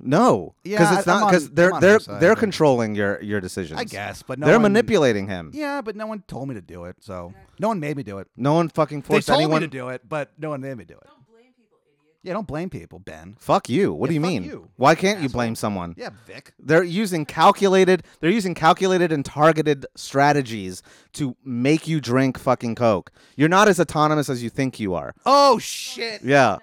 S1: No, because
S3: Yeah,
S1: it's
S3: I- I'm
S1: not because
S3: on-
S1: they're
S3: I'm on
S1: they're
S3: their side,
S1: they're
S3: but-
S1: controlling your your decisions.
S3: I guess, but no
S1: they're
S3: one-
S1: manipulating him.
S3: Yeah, but no one told me to do it, so no one made me do it.
S1: No one fucking
S3: They
S1: forced
S3: told
S1: anyone.
S3: me to do it, but no one made me do it.
S2: Don't blame people, idiot.
S3: Yeah, don't blame people, Ben.
S1: Fuck you. What
S3: Yeah,
S1: do you
S3: fuck
S1: mean?
S3: you,
S1: Why can't you
S3: asshole.
S1: blame someone?
S3: Yeah, Vic.
S1: They're using calculated. They're using calculated and targeted strategies to make you drink fucking coke. You're not as autonomous as you think you are.
S3: Oh shit.
S1: Yeah,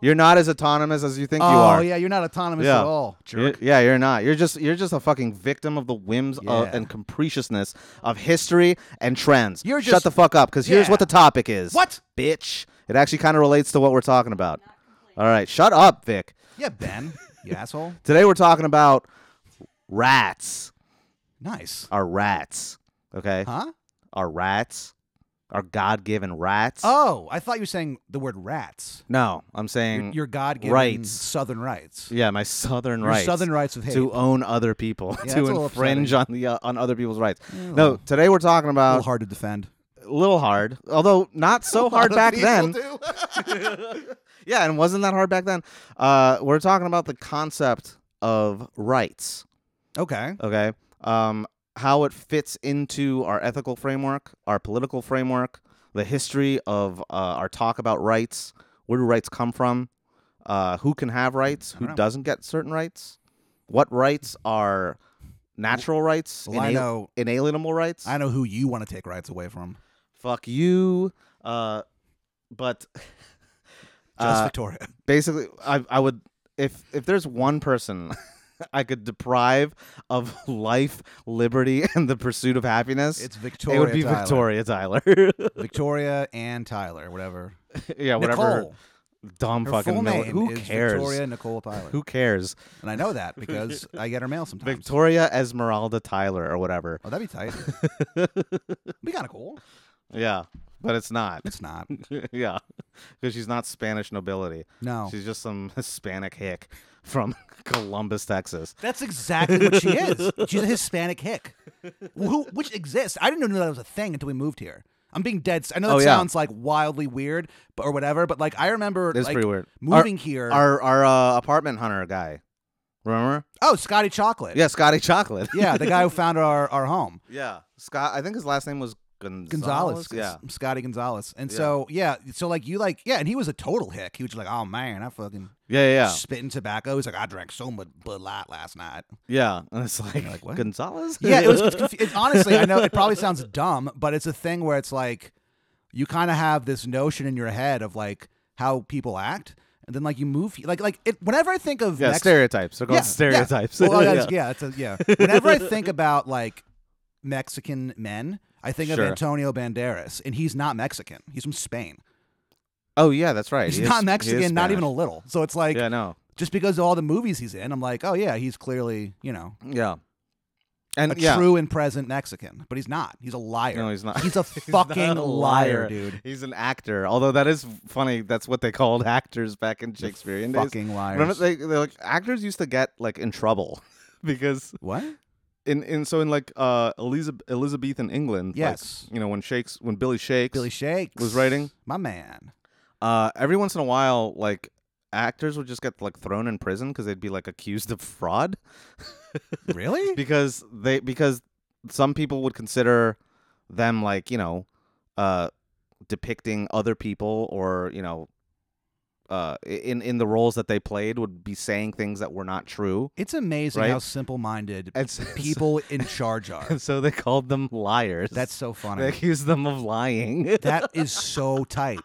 S1: you're not as autonomous as you think you
S3: Oh
S1: are.
S3: yeah, you're not autonomous
S1: Yeah.
S3: at all,
S1: You're-
S3: jerk.
S1: yeah, you're not. You're just you're just a fucking victim of the whims of,
S3: Yeah.
S1: and capriciousness of history and trends.
S3: You're
S1: shut
S3: just-
S1: the fuck up, because here's
S3: Yeah.
S1: what the topic is.
S3: What?
S1: bitch? It actually kind of relates to what we're talking about. All right, shut up, Vic.
S3: Yeah, Ben. You asshole.
S1: Today we're talking about rats. *laughs*
S3: Nice.
S1: Our rats, okay?
S3: Huh?
S1: Our rats, our God-given rats.
S3: Oh, I thought you were saying the word rats.
S1: no, I'm saying
S3: Your, your God-given
S1: rights.
S3: Southern rights.
S1: yeah, my southern
S3: Your
S1: rights.
S3: Southern rights with hate.
S1: to own other people,
S3: Yeah,
S1: to
S3: that's a little
S1: infringe on the uh, on other people's rights.
S3: Yeah, a
S1: No,
S3: little-
S1: today we're talking
S3: a
S1: about
S3: little hard to defend.
S1: little hard, although not *laughs* so hard back then.
S3: People do.
S1: *laughs* Yeah, and wasn't that hard back then? Uh, we're talking about the concept of rights,
S3: okay.
S1: okay? Um, how it fits into our ethical framework, our political framework, the history of uh, our talk about rights. Where do rights come from? Uh, who can have rights? Who
S3: don't know.
S1: doesn't get certain rights? What rights are natural rights?
S3: Well, I
S1: inali-
S3: know-
S1: inalienable rights.
S3: I know who you want to take rights away from.
S1: Fuck you. Uh, but *laughs*
S3: Just
S1: uh,
S3: Victoria.
S1: basically I, I would if if there's one person *laughs* I could deprive of *laughs* life, liberty, *laughs* and the pursuit of happiness.
S3: It's Victoria.
S1: it would be
S3: Tyler.
S1: Victoria Tyler. *laughs*
S3: Victoria and Tyler, whatever.
S1: yeah, whatever. her
S3: Nicole.
S1: Dumb
S3: Her
S1: fucking
S3: full
S1: mil-
S3: name
S1: who
S3: is
S1: cares?
S3: Victoria Nicole Tyler.
S1: Who cares?
S3: And I know
S1: *laughs*
S3: that because I get her mail sometimes.
S1: Victoria Esmeralda Tyler or whatever.
S3: Oh, that'd be tight. be kind of cool.
S1: Yeah, but it's not. *laughs*
S3: It's not.
S1: yeah, because she's not Spanish nobility.
S3: No.
S1: She's just some *laughs* Hispanic hick from *laughs* Columbus, Texas.
S3: That's exactly what she
S1: *laughs*
S3: is. She's a Hispanic hick, who which exists. I didn't know that was a thing until we moved here. I'm being dead. s- I know that
S1: Oh, yeah.
S3: sounds like wildly weird, but or whatever. But like I remember,
S1: It's
S3: like,
S1: pretty weird. Our-
S3: Moving here.
S1: our our uh, apartment hunter guy. Remember?
S3: oh, Scotty Chocolate.
S1: Yeah, Scotty Chocolate.
S3: *laughs* yeah, the guy who founded our our home.
S1: *laughs* yeah. Scott. I think his last name was Gonzalez.
S3: Gonzalez,
S1: Yeah.
S3: S- Scotty Gonzalez, and
S1: Yeah.
S3: so yeah, so like you like yeah, and he was a total hick. He was like, oh man, I fucking
S1: Yeah, yeah,
S3: spitting tobacco. He's like, I drank so much Bud Light last night.
S1: yeah. And it's like,
S3: like, what?
S1: Gonzalez. *laughs*
S3: Yeah, *laughs* it was. It's, confu- it's honestly, I know it probably sounds dumb, but it's a thing where it's like you kind of have this notion in your head of like how people act, and then like you move, like like it. Whenever I think of
S1: yeah,
S3: next,
S1: stereotypes. They're called
S3: yeah,
S1: stereotypes.
S3: Yeah,
S1: *laughs*
S3: Well, that's-
S1: yeah.
S3: yeah, that's a, yeah. Whenever I think about like Mexican men, I think
S1: Sure.
S3: of Antonio Banderas, and he's not Mexican. He's from Spain.
S1: Oh yeah, that's right.
S3: He's
S1: He is- he
S3: not
S1: is
S3: Mexican, not even a
S1: Spanish.
S3: little. So it's like
S1: yeah, no.
S3: just because of all the movies he's in, I'm like, oh yeah, he's clearly you know
S1: Yeah. And
S3: a
S1: Uh, yeah,
S3: true and present Mexican, but he's not. He's a liar.
S1: No, he's not.
S3: He's a
S1: not
S3: fucking
S1: a
S3: liar,
S1: liar.
S3: dude.
S1: *laughs* He's an actor. Although that is funny. That's what they called actors back in Shakespearean days.
S3: Fucking liars.
S1: Remember, they, they're like actors used to get like in trouble *laughs* because
S3: what?
S1: in in so in like uh Elizabeth, Elizabethan England, like,
S3: Yes.
S1: you know when Shakes when Billy Shakes,
S3: Billy Shakes
S1: was writing?
S3: My man.
S1: uh, every once in a while, like actors would just get like thrown in prison because they'd be like accused of fraud
S3: *laughs*
S1: *laughs*
S3: Really?
S1: because they because some people would consider them like you know uh depicting other people or you know uh i- in in the roles that they played would be saying things that were not true.
S3: it's amazing
S1: Right?
S3: how simple-minded
S1: And *laughs* so,
S3: people in charge are.
S1: and so they called them liars.
S3: That's so
S1: *laughs*
S3: funny.
S1: they accused them of lying. *laughs*
S3: that is so tight.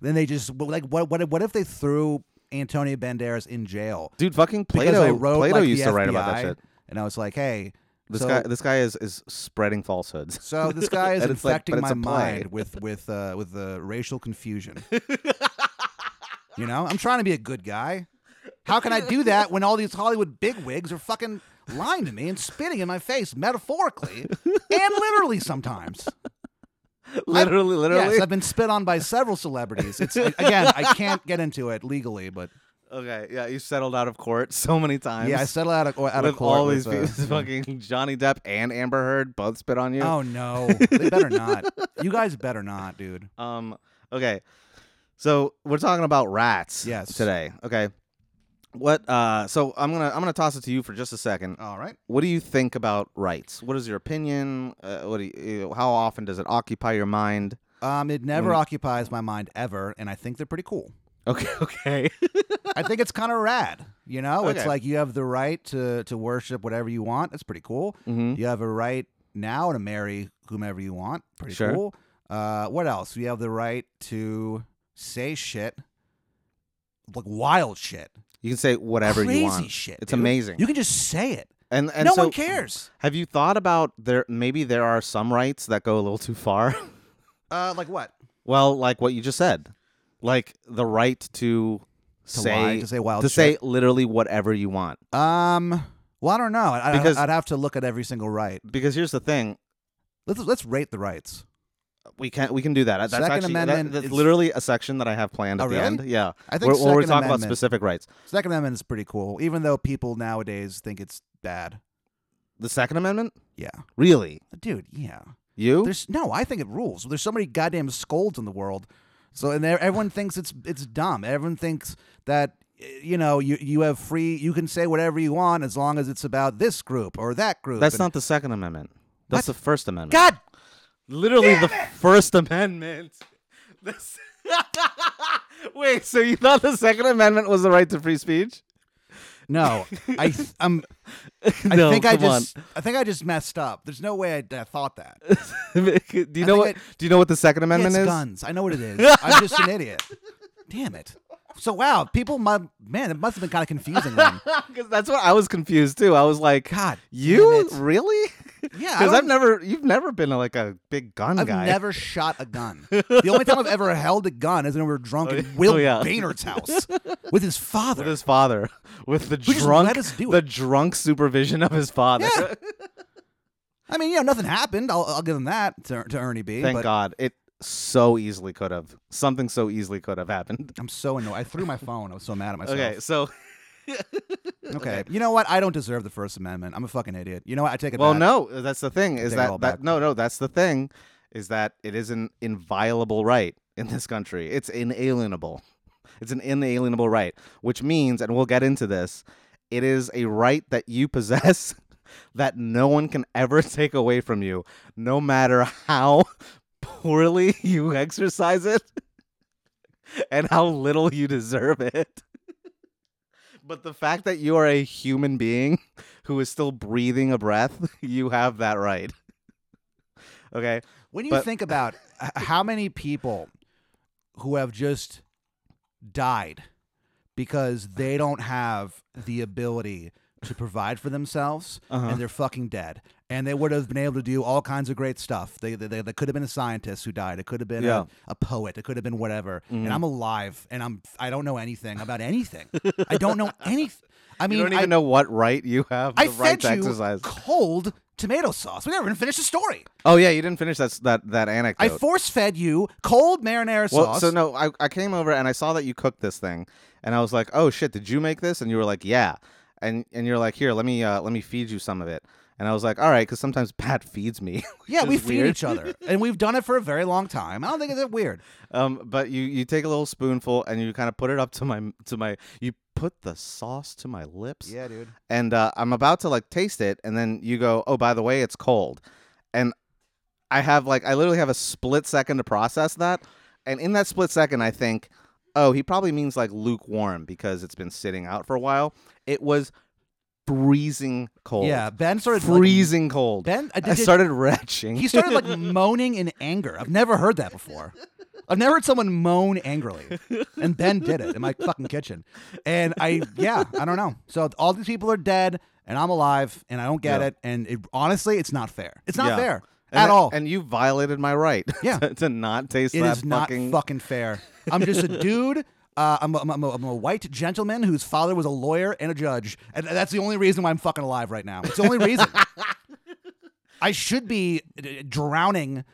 S3: Then they just but, like what? What? if- What if they threw Antonio Banderas in jail?
S1: Dude, fucking Plato.
S3: because I wrote
S1: Plato
S3: like, the
S1: used to write about that
S3: FBI,
S1: shit.
S3: and I was like, hey,
S1: This
S3: so,
S1: guy, this guy is is spreading falsehoods.
S3: So this guy is
S1: And it's like,
S3: infecting
S1: but it's
S3: my
S1: a play.
S3: mind with with uh, with the racial confusion. you know, I'm trying to be a good guy. How can I do that when all these Hollywood bigwigs are fucking lying to me and spitting in my face metaphorically and literally sometimes?
S1: *laughs* *laughs* literally, literally.
S3: Yes, I've been spit on by several celebrities. It's again, I can't get into it legally, but
S1: Okay, yeah, you settled out of court so many times.
S3: yeah, I settle out of, out of
S1: With
S3: court.
S1: all
S3: with,
S1: these people, *laughs*
S3: uh,
S1: fucking Johnny Depp and Amber Heard both spit on you.
S3: Oh no, they better not. You guys better not, dude.
S1: Um. Okay. So we're talking about rats.
S3: Yes.
S1: Today. Okay. What? Uh. So I'm gonna I'm gonna toss it to you for just a second.
S3: All right.
S1: What do you think about rights? What is your opinion? Uh, what do you, how often does it occupy your mind? *laughs*
S3: Um, it never
S1: Mm.
S3: occupies my mind ever, and I think they're pretty cool.
S1: Okay. Okay.
S3: I think it's kind of rad. You
S1: *laughs*
S3: know, it's
S1: Okay.
S3: like you have the right to to worship whatever you want. That's pretty cool.
S1: hmm
S3: You have a right now to marry whomever you want. Pretty
S1: Sure.
S3: cool. Uh, what else? You have the right to say shit, like wild shit,
S1: You can say whatever
S3: crazy
S1: you want.
S3: shit.
S1: It's
S3: dude.
S1: amazing.
S3: You can just say it.
S1: and and
S3: no
S1: so
S3: one cares.
S1: Have you thought about there? Maybe there are some rights that go a little too far. *laughs*
S3: Uh, like what?
S1: well, like what you just said, like the right to,
S3: To
S1: say
S3: lie, to say wild
S1: to
S3: shit.
S1: say literally whatever you want.
S3: Um, well, I don't know. I'd,
S1: Because-
S3: I'd, I'd have to look at every single right.
S1: Because here's the thing,
S3: Let's let's rate the rights.
S1: we can we can do that. That's
S3: Second
S1: actually that-
S3: Amendment
S1: that's
S3: is-
S1: literally a section that I have planned at
S3: Oh,
S1: the
S3: really?
S1: end. Yeah,
S3: I think
S1: where, where we
S3: Second
S1: talk about
S3: Amendment-
S1: specific rights.
S3: Second Amendment is pretty cool, even though people nowadays think it's bad.
S1: The Second Amendment,
S3: Yeah,
S1: really?
S3: dude. Yeah.
S1: You?
S3: There's no. I think it rules. There's so many goddamn scolds in the world. So and there- everyone thinks it's it's dumb. Everyone thinks that eh, you know you you have free. You can say whatever you want as long as it's about this group or that group.
S1: That's
S3: and-
S1: not the Second Amendment. That's the First Amendment.
S3: *laughs* God.
S1: literally the First Amendment. The s- *laughs* Wait, so you thought the Second Amendment was the right to free speech? *laughs*
S3: No, I th- I'm. I
S1: no,
S3: think I
S1: come on.
S3: just. I think I just messed up. There's no way I, I thought that.
S1: *laughs* do you know what?
S3: think I-
S1: do you know what the Second
S3: Yeah,
S1: Amendment
S3: it's
S1: is?
S3: guns. I know what it is. I'm just an idiot. Damn it. So wow, people, my man, it must have been kind of confusing. Then.
S1: *laughs* 'Cause that's what I was confused too. I was like,
S3: God,
S1: *laughs* you
S3: damn it.
S1: really? *laughs*
S3: Yeah, I
S1: because I've
S3: don't-
S1: never, you've never been a, like a big gun
S3: I've
S1: guy.
S3: never shot
S1: *laughs*
S3: a gun. The only time I've ever held a gun is when we were drunk
S1: Oh,
S3: in
S1: yeah.
S3: Will
S1: Oh, yeah. *laughs*
S3: Boehnert's house with his father.
S1: with his father, *laughs* with the
S3: just
S1: drunk,
S3: let us do
S1: the
S3: it.
S1: drunk supervision of his father.
S3: Yeah. I mean, you know, nothing happened. I'll, I'll give him that to, to Ernie
S1: *laughs*
S3: B.
S1: Thank
S3: but
S1: God, it so easily could have. Something so easily could have happened.
S3: I'm so annoyed. I threw my phone. I was so mad at myself.
S1: *laughs* Okay, so
S3: Okay. You know what? I don't deserve the First Amendment. I'm a fucking idiot. You know what? I take it
S1: well,
S3: back.
S1: no, that's the thing. Is
S3: take it all
S1: that,
S3: back.
S1: that no, no, that's the thing. Is that it is an inviolable right in this country. It's inalienable. It's an inalienable right, which means, and we'll get into this, it is a right that you *laughs* possess that no one can ever *laughs* take away from you, no matter how *laughs* poorly *laughs* you exercise it *laughs* and how little you deserve it. *laughs* But the fact that you are a human being *laughs* who is still breathing a breath, *laughs* you have that right. Okay.
S3: When you
S1: But-
S3: think about h- how many people who have just died because they don't have the ability to provide for themselves
S1: Uh-huh.
S3: and they're fucking dead and they would have been able to do all kinds of great stuff they, they, they, they could have been a scientist who died it could have been
S1: Yeah.
S3: a, a poet it could have been whatever
S1: Mhm.
S3: and i'm alive and i'm i don't know anything about anything i don't know anything i
S1: *laughs*
S3: mean
S1: you don't
S3: I,
S1: even know what right you have. The
S3: I
S1: right
S3: fed
S1: to
S3: you
S1: exercise.
S3: cold tomato sauce we never even finished the story
S1: Oh yeah, you didn't finish that s- that that anecdote.
S3: I force fed you cold marinara
S1: well,
S3: sauce.
S1: so no, I, I came over and I saw that you cooked this thing, and I was like, oh shit, did you make this? And you were like, yeah, and and you're like, here, let me uh, let me feed you some of it. And I was like, all right, because sometimes *laughs* Pat feeds me.
S3: yeah,
S1: which
S3: we
S1: is
S3: feed
S1: weird.
S3: each other, and we've done it for a very long time. I don't think it's that weird.
S1: Um, but you you take a little spoonful and you kind of put it up to my to my you put the sauce to my lips.
S3: dude.
S1: and uh, I'm about to like taste it, and then you go, "Oh, by the way, it's cold," and I have like I literally have a split second to process that, and in that split second, I think, "Oh, he probably means like lukewarm because it's been sitting out for a while." It was freezing cold.
S3: Yeah, Ben started like,
S1: freezing cold.
S3: ben, I,
S1: I
S3: did-
S1: started retching.
S3: He started like moaning in anger. I've never heard that before. I've never heard someone moan angrily, and Ben did it in my fucking kitchen. And I, yeah, I don't know. So all these people are dead, and I'm alive, and I don't get
S1: Yeah.
S3: it. And it, honestly, it's not fair. It's not
S1: Yeah.
S3: fair
S1: And
S3: at
S1: that-
S3: all.
S1: and you violated my right. *laughs*
S3: Yeah.
S1: to, to not taste
S3: It
S1: that
S3: is not
S1: fucking.
S3: fucking fair. I'm just
S1: *laughs*
S3: a dude. Uh, I'm, a, I'm, a, I'm a white gentleman whose father was a lawyer and a judge, and that's the only reason why I'm fucking alive right now. It's the
S1: *laughs*
S3: only reason. I should be uh, drowning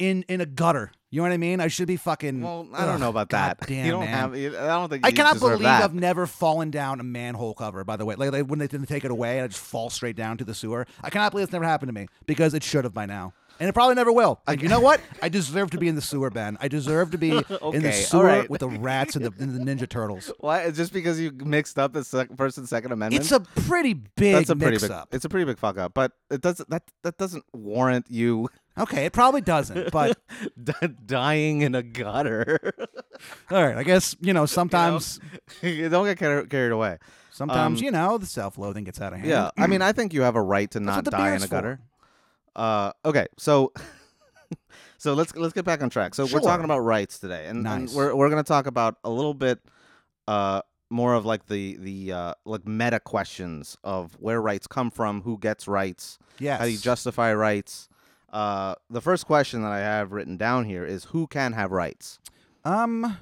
S3: in in a gutter. You know what I mean? I should be fucking.
S1: Well, I don't
S3: Ugh,
S1: know about
S3: God
S1: that.
S3: Damn,
S1: you don't
S3: man.
S1: have. you- I don't think
S3: I
S1: you
S3: cannot
S1: deserve
S3: believe
S1: that.
S3: I've never fallen down a manhole cover. By the way, like, like when they didn't take it away, and I just fall straight down to the sewer. I cannot believe it's never happened to me because it should have by now, and it probably never will. Like, you know what? I deserve to be in the sewer, Ben. I
S1: *laughs*
S3: deserve to be in
S1: Okay, all
S3: the sewer
S1: right.
S3: with the rats and the, and the Ninja Turtles.
S1: Why? Just because you mixed up the sec- first and second amendment.
S3: It's a pretty big
S1: that's a pretty big.
S3: mix-up.
S1: It's a pretty big fuck up, but it doesn't. That that doesn't warrant you *laughs*
S3: Okay, it probably doesn't, but
S1: d- dying in a gutter. *laughs*
S3: all right. I guess you know sometimes,
S1: you don't get car- carried away.
S3: sometimes
S1: Um,
S3: you know the self-loathing gets out of hand.
S1: Yeah, I mean, I think you have a right to
S3: That's
S1: not
S3: what the
S1: die in
S3: beer's
S1: a
S3: for.
S1: gutter. Uh, okay, so *laughs* so let's let's get back on track. So
S3: Sure.
S1: we're talking about rights today, and, and
S3: Nice.
S1: we're we're gonna talk about a little bit uh more of like the the uh, like meta questions of where rights come from, who gets rights,
S3: Yes.
S1: how do you justify rights. Uh, the first question that I have written down here is who can have rights?
S3: Um,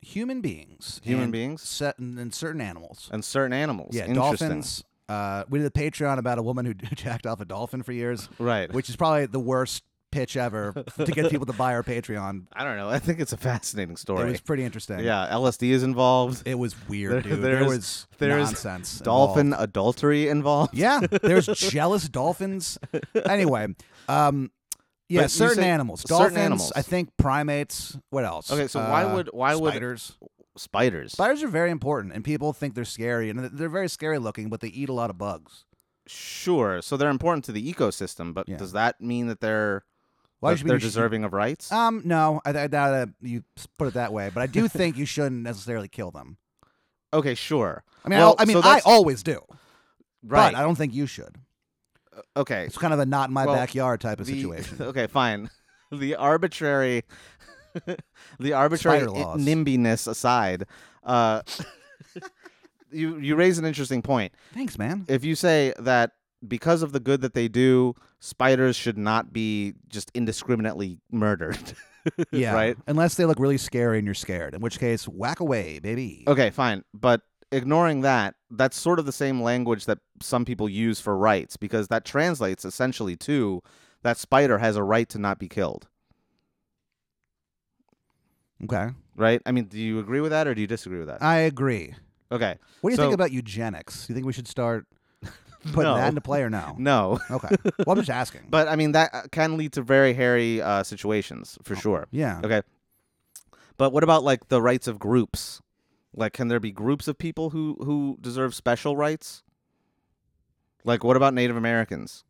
S3: human beings.
S1: Human
S3: and
S1: beings?
S3: Certain, and certain animals.
S1: And certain animals.
S3: yeah,
S1: Interesting.
S3: dolphins. Uh, we did a Patreon about a woman who *laughs* jacked off a dolphin
S1: *laughs*
S3: for years,
S1: Right.
S3: which is probably the worst pitch ever to get people to buy our Patreon.
S1: I don't know. I think it's a fascinating story.
S3: It was pretty interesting.
S1: yeah, LSD is involved.
S3: It was weird,
S1: There-
S3: dude.
S1: there's-
S3: was
S1: there's
S3: nonsense.
S1: dolphin
S3: involved.
S1: adultery involved.
S3: Yeah,
S1: *laughs*
S3: there's jealous dolphins. Anyway, um, yeah,
S1: But you
S3: certain
S1: say-
S3: animals.
S1: certain
S3: Dolphins.
S1: animals.
S3: I think primates. What else?
S1: Okay, so why
S3: Uh,
S1: would why would
S3: spiders?
S1: spiders?
S3: Spiders are very important, and people think they're scary, and they're very scary looking, but they eat a lot of bugs.
S1: Sure, so they're important to the ecosystem, but
S3: Yeah.
S1: does that mean that they're
S3: Why
S1: that
S3: should we-
S1: they're
S3: you should-
S1: deserving of rights?
S3: Um, no, I, I doubt that you s- put it that way, but
S1: *laughs*
S3: I do think you shouldn't necessarily kill them.
S1: okay, sure.
S3: I mean,
S1: Well,
S3: I, I mean,
S1: so
S3: I
S1: that's-
S3: always do,
S1: Right.
S3: but I don't think you should.
S1: okay.
S3: It's kind of a not in my
S1: Well,
S3: backyard type of
S1: the- *laughs*
S3: situation.
S1: okay, fine. *laughs* The arbitrary *laughs* the arbitrary
S3: Spider laws.
S1: nimbiness aside, uh *laughs* you you raise an interesting point.
S3: Thanks, man.
S1: if you say that because of the good that they do, spiders should not be just indiscriminately murdered. *laughs*
S3: Yeah,
S1: right?
S3: Unless they look really scary and you're scared, in which case, whack away, baby.
S1: okay, fine. But ignoring that, that's sort of the same language that some people use for rights because that translates essentially to that spider has a right to not be killed,
S3: Okay,
S1: right? I mean, do you agree with that or do you disagree with that?
S3: I agree.
S1: okay.
S3: What do you
S1: So-
S3: think about eugenics? You think we
S1: *laughs*
S3: should start putting
S1: No.
S3: that into play
S1: *laughs*
S3: or no?
S1: No.
S3: Okay. Well, I'm just asking.
S1: But I mean, that uh, can lead to very hairy uh, situations for sure.
S3: Oh, yeah.
S1: Okay. But what about like the rights of groups? Like can there be groups of people who who deserve special rights? Like what about Native Americans?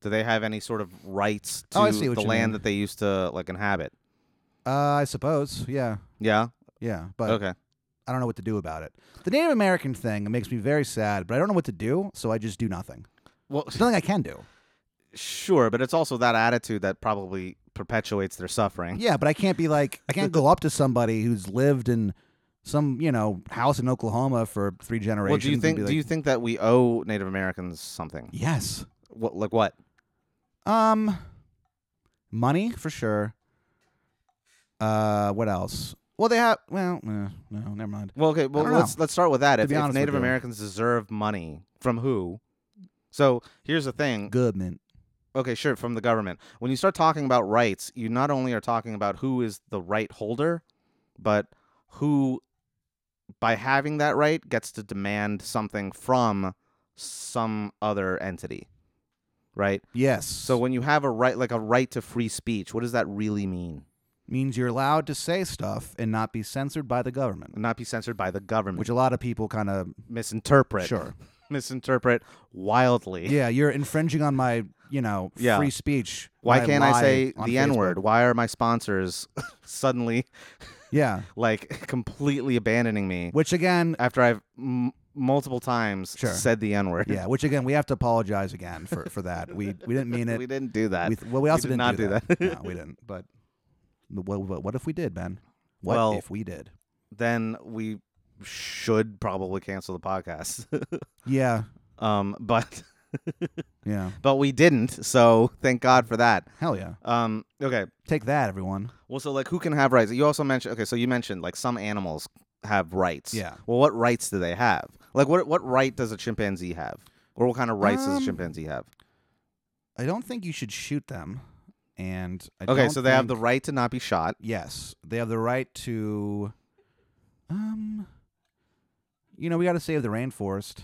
S1: Do they have any sort of rights to
S3: Oh, I see what
S1: the
S3: you
S1: land
S3: mean.
S1: that they used to like inhabit?
S3: Uh, I suppose. Yeah.
S1: Yeah.
S3: Yeah. But
S1: okay.
S3: I don't know what to do about it. The Native American thing makes me very sad, but I don't know what to do, so I just do nothing.
S1: Well,
S3: There's nothing I can do.
S1: *laughs* sure, but it's also that attitude that probably perpetuates their suffering.
S3: Yeah, but I can't be like I can't go up to somebody who's lived in some you know house in Oklahoma for three generations.
S1: Well, do you
S3: and
S1: think
S3: be
S1: do you
S3: like,
S1: think that we owe Native Americans something?
S3: yes?
S1: What like what?
S3: Um, money for sure. Uh, what else? Well, they have. Well, eh, no, never mind.
S1: Well, okay. Well,
S3: don't know.
S1: let's let's start with that.
S3: To
S1: If,
S3: be
S1: if
S3: honest with
S1: Native
S3: you.
S1: Americans deserve money from who? So here's the thing.
S3: Goodman.
S1: Okay, sure, from the government. When you start talking about rights, you not only are talking about who is the right holder, but who, by having that right, gets to demand something from some other entity, right?
S3: Yes.
S1: So when you have a right, like a right to free speech, what does that really mean?
S3: means you're allowed to say stuff and not be censored by the government,
S1: Not be censored by the government,
S3: which
S1: which
S3: a lot of people kind of
S1: misinterpret,
S3: sure.
S1: misinterpret *laughs* wildly.
S3: Yeah, you're infringing on my, you know,
S1: Yeah.
S3: free speech.
S1: Why
S3: when
S1: can't I
S3: lie
S1: say
S3: on
S1: the
S3: Facebook.
S1: N word? Why are my sponsors *laughs* suddenly
S3: Yeah,
S1: like completely abandoning me
S3: which again,
S1: after I've m- multiple times
S3: Sure.
S1: said the N word?
S3: yeah, which again, we have to apologize again for for that. We we didn't mean
S1: *laughs*
S3: it.
S1: *laughs* we didn't do that.
S3: We- well, we also
S1: did
S3: didn't
S1: not
S3: do
S1: do
S3: that.
S1: that.
S3: no, we didn't. But what, what, what if we did, Ben? What
S1: Well-
S3: if we did?
S1: then we should probably cancel the podcast. *laughs*
S3: Yeah,
S1: um, but
S3: yeah,
S1: but we didn't. So thank God for that.
S3: hell yeah.
S1: Um, okay.
S3: Take that, everyone.
S1: Well, so like who can have rights? You also mentioned okay, so you mentioned like some animals have rights.
S3: Yeah.
S1: Well, what rights do they have? Like what what right does a chimpanzee have? Or what kind of rights does
S3: Um,
S1: a chimpanzee have?
S3: I don't think you should shoot them. and I
S1: okay,
S3: don't
S1: so they have
S3: think-
S1: the right to not be shot.
S3: Yes, they have the right to. Um, you know, we got to save the rainforest,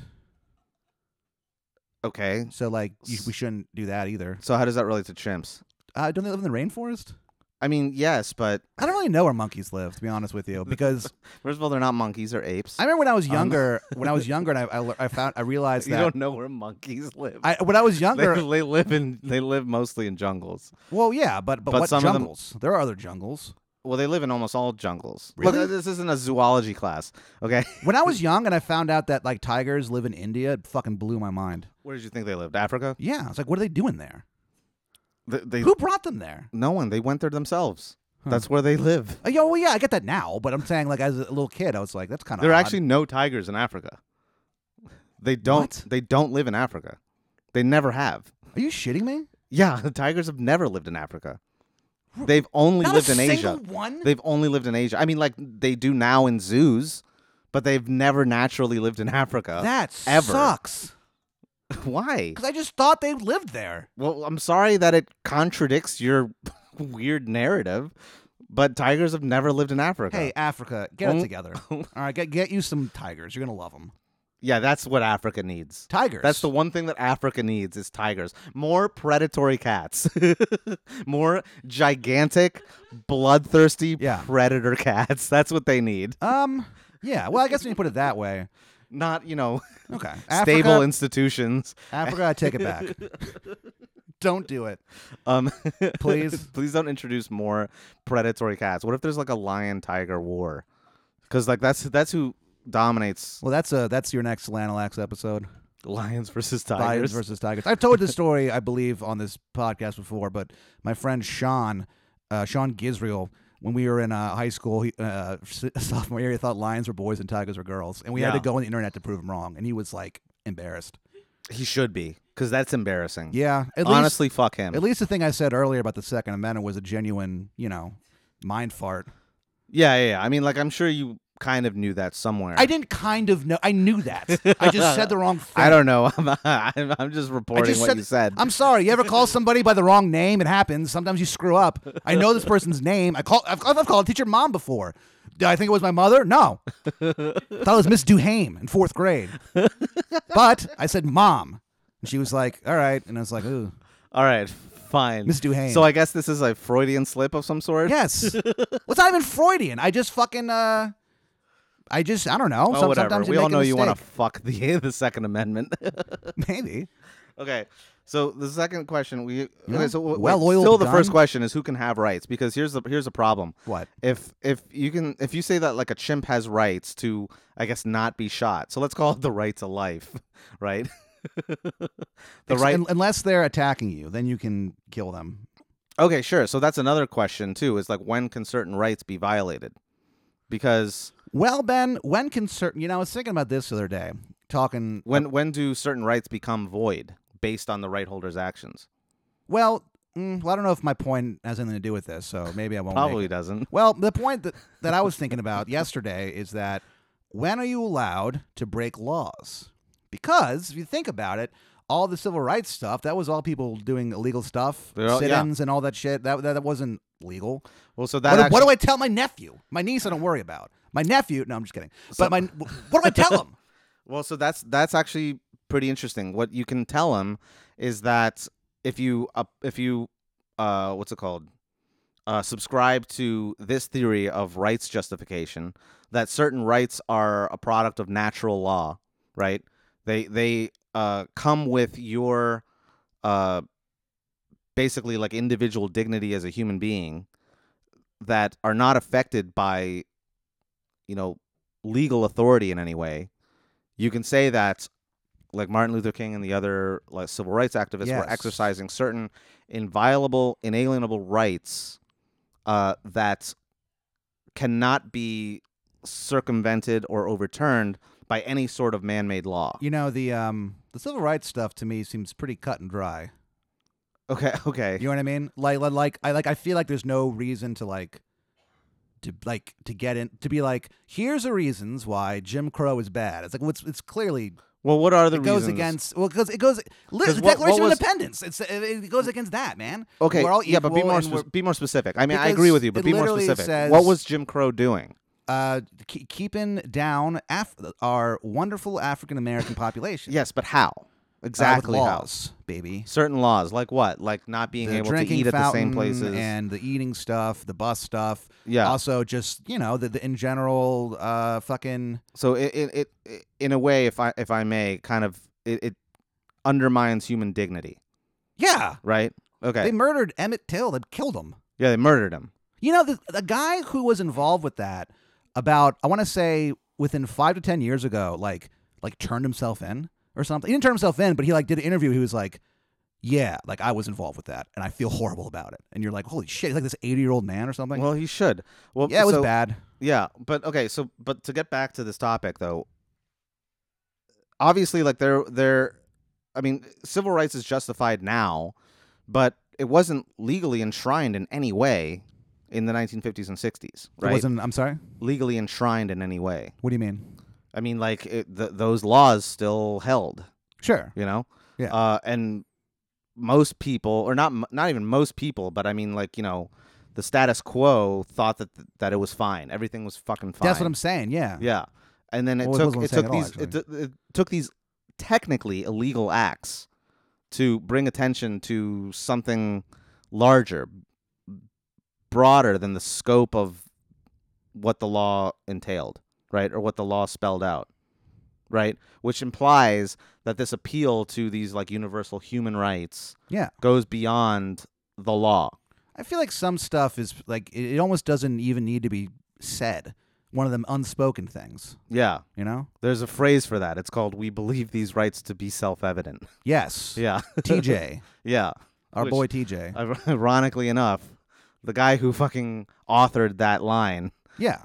S1: Okay.
S3: so like you, we shouldn't do that either.
S1: So how does that relate to chimps?
S3: Uh, don't they live in the rainforest?
S1: I mean, yes, but
S3: I don't really know where monkeys live, to be honest with you,
S1: *laughs*
S3: because
S1: first of all, they're not monkeys or apes.
S3: I remember when I was younger,
S1: *laughs*
S3: when I was younger, and I, I, lear- I found I realized
S1: Um, you
S3: that
S1: don't know where monkeys live.
S3: I when I was
S1: *laughs* they,
S3: younger,
S1: they live in they live mostly in jungles.
S3: well, yeah, but but,
S1: But
S3: what
S1: some of them-
S3: jungles? There are other jungles.
S1: Well, they live in almost all jungles.
S3: Really?
S1: Look, this isn't a zoology class. Okay. *laughs*
S3: When I was young, and I found out that like tigers live in India, it fucking blew my mind.
S1: Where did you think they lived? Africa?
S3: Yeah, it's like, what are they doing there?
S1: They, they-
S3: Who brought them there?
S1: no one. They went there themselves.
S3: Huh.
S1: That's where they live.
S3: Uh, Yo, well, yeah, I get that now, but I'm saying, like, as a little kid, I was like, that's kind of.
S1: There are actually no tigers in Africa. They don't.
S3: What?
S1: They don't live in Africa. They never have.
S3: Are you shitting me?
S1: Yeah, *laughs* the tigers have never lived in Africa. They've only
S3: Not
S1: lived
S3: a
S1: in
S3: single
S1: Asia.
S3: one.
S1: They've only lived in Asia. I mean, like they do now in zoos, but they've never naturally lived in Africa.
S3: that
S1: uh, ever.
S3: sucks.
S1: *laughs* Why?
S3: Because I just thought they lived there.
S1: Well, I'm sorry that it contradicts your *laughs* weird narrative, but tigers have never lived in Africa.
S3: Hey, Africa, get it
S1: Only- *laughs*
S3: together. All right, get get you some tigers. You're gonna love them.
S1: Yeah, that's what Africa needs.
S3: Tigers.
S1: That's the one thing that Africa needs is tigers. More predatory cats. *laughs* More gigantic, bloodthirsty
S3: Yeah.
S1: predator cats. *laughs* That's what they need.
S3: um. Yeah. Well, I guess when you put it that way.
S1: Not, you know, *laughs*
S3: Okay.
S1: stable *laughs*
S3: Africa,
S1: institutions.
S3: Africa, I take it
S1: *laughs*
S3: back. Don't do it.
S1: Um *laughs*
S3: Please.
S1: please don't introduce more predatory cats. What if there's like a lion tiger war? Cuz like that's that's who dominates
S3: Well, that's a that's your next Lanalax episode.
S1: lions *laughs* versus
S3: Lions
S1: tigers.
S3: versus Tigers. I've told this story, I believe, on this podcast before, but my friend Sean, uh, Sean Gisriel, when we were in uh, high school, he, uh, s- sophomore year, he thought lions were boys and tigers were girls, and we had to
S1: Yeah.
S3: go on the internet to prove him wrong, and he was like embarrassed.
S1: he should be cuz that's embarrassing.
S3: Yeah, at
S1: Honestly, fuck him.
S3: least at least the thing I said earlier about the Second Amendment was a genuine, you know, mind fart.
S1: Yeah, yeah, yeah. I mean, like, I'm sure you kind of knew that somewhere.
S3: I didn't kind of know. I knew that. *laughs* I just said the wrong thing.
S1: I don't know. *laughs* I'm, I'm, I'm just reporting
S3: just
S1: what
S3: said-
S1: you said.
S3: I'm sorry. You ever call somebody by the wrong name? It happens. Sometimes you screw up. I know this person's name. I call. I've, I've called a teacher mom before. Did I think it was my mother? No. I thought it was Miss Duhame in fourth grade. But I said mom, and she was like, "All right," and I was like, "Ooh,
S1: All right, fine.
S3: Miss Duhane.
S1: So I guess this is a Freudian slip of some sort.
S3: yes." What's not even Freudian? I just fucking. uh I just. I don't know.
S1: Oh,
S3: Some-
S1: whatever.
S3: Sometimes
S1: We all know you
S3: want
S1: want to fuck the *laughs* the Second Amendment.
S3: to. Maybe.
S1: okay. So the second question we
S3: Yeah.
S1: okay. So w-
S3: Well-oiled
S1: wait, still the first
S3: gun.
S1: question is who can have rights because here's the here's the problem.
S3: What?
S1: If if you can if you say that like a chimp has rights to I guess not be shot. So let's call it the right to life, *laughs* right? the right
S3: Un- unless they're attacking you, then you can kill them.
S1: Okay, sure. So that's another question too. Is like when can certain rights be violated? Because
S3: Well, Ben, when can certain, you know, I was thinking about this the other day, talking.
S1: when when do certain rights become void based on the right holder's actions?
S3: Well, mm, well, I don't know if my point has anything to do with this, so maybe I won't. make
S1: Probably
S3: it.
S1: doesn't.
S3: Well, the point that, that I was thinking about *laughs* yesterday is that when are you allowed to break laws? Because if you think about it, all the civil rights stuff, that was all people doing illegal stuff,
S1: They're all-
S3: sit
S1: yeah.
S3: ins and all that shit. That, that, that wasn't legal.
S1: Well, so
S3: What,
S1: that
S3: do-
S1: actually,
S3: what do I tell my nephew? My niece, I don't worry about. My nephew, no, I'm just kidding. But my, what do I tell him? *laughs*
S1: well, so that's that's actually pretty interesting. What you can tell him is that if you uh, if you uh what's it called uh subscribe to this theory of rights justification that certain rights are a product of natural law, right? They they uh come with your uh basically like individual dignity as a human being that are not affected by you know legal authority in any way. You can say that like Martin Luther King and the other like civil rights activists
S3: Yes.
S1: were exercising certain inviolable inalienable rights uh that cannot be circumvented or overturned by any sort of man-made law.
S3: You know the um the civil rights stuff to me seems pretty cut and dry.
S1: *laughs* Okay, okay.
S3: You know what I mean? Like like- like I like I feel like there's no reason to like to like to get in to be like here's the reasons why Jim Crow is bad. It's like what's it's clearly
S1: Well, what are the
S3: it
S1: reasons?
S3: goes against well because it goes li-
S1: 'Cause what-
S3: the
S1: what
S3: Declaration
S1: was-
S3: of Independence. It's it goes against that, man.
S1: Okay,
S3: we're all
S1: yeah, but be
S3: equal
S1: more
S3: and we're-
S1: spec- be more specific. I mean, I agree
S3: Because
S1: with you, but
S3: it
S1: be more
S3: literally
S1: specific.
S3: says-
S1: what was Jim Crow doing?
S3: uh, ke- keeping down Af- our wonderful African American population.
S1: Yes, but how? Exactly
S3: uh, with
S1: how?
S3: laws, baby.
S1: Certain laws, like what? Like not being
S3: the
S1: able to
S3: drinking
S1: eat at the
S3: fountain
S1: same places.
S3: and the eating stuff, the bus stuff.
S1: Yeah.
S3: Also, just you know, the, the in general, uh, fucking
S1: so it, it, it, it, in a way, if I if I may, kind of it, it undermines human dignity,
S3: yeah.
S1: right? Okay.
S3: They murdered Emmett Till. They killed him.
S1: yeah, they murdered him.
S3: You know, the, the guy who was involved with that, about I want to say within five to ten years ago, like like turned himself in or something. He didn't turn himself in, but he like did an interview. He was like, "Yeah, like I was involved with that, and I feel horrible about it." And you're like, "Holy shit!" He's like this eighty year old man or something.
S1: Well, he should. Well,
S3: yeah, it was
S1: so-
S3: bad.
S1: Yeah, but okay, so but to get back to this topic though, obviously like there there I mean, civil rights is justified now, but it wasn't legally enshrined in any way in the 1950s and 60s, right?
S3: It wasn't. I'm sorry.
S1: legally enshrined in any way.
S3: What do you mean?
S1: I mean, like it, th- those laws still held,
S3: Sure.
S1: you know?
S3: Yeah.
S1: Uh and most people or not m- not even most people, but I mean like, you know, the status quo thought that that it was fine. Everything was fucking fine.
S3: That's what I'm saying. Yeah.
S1: Yeah, and then it
S3: Well, it
S1: took
S3: wasn't
S1: it
S3: saying
S1: took
S3: at all,
S1: these it, t- it took these technically illegal acts to bring attention to something larger, broader than the scope of what the law entailed, right, or what the law spelled out, right, which implies that this appeal to these like universal human rights
S3: Yeah.
S1: goes beyond the law.
S3: I feel like some stuff is like it, it almost doesn't even need to be said. One of them unspoken things.
S1: Yeah.
S3: You know.
S1: There's a phrase for that. It's called "We believe these rights to be self-evident." *laughs*
S3: Yes.
S1: Yeah,
S3: TJ.
S1: yeah.
S3: Our
S1: Which-
S3: boy TJ.
S1: Ir- *laughs* ironically enough, the guy who fucking authored that line *laughs*
S3: yeah.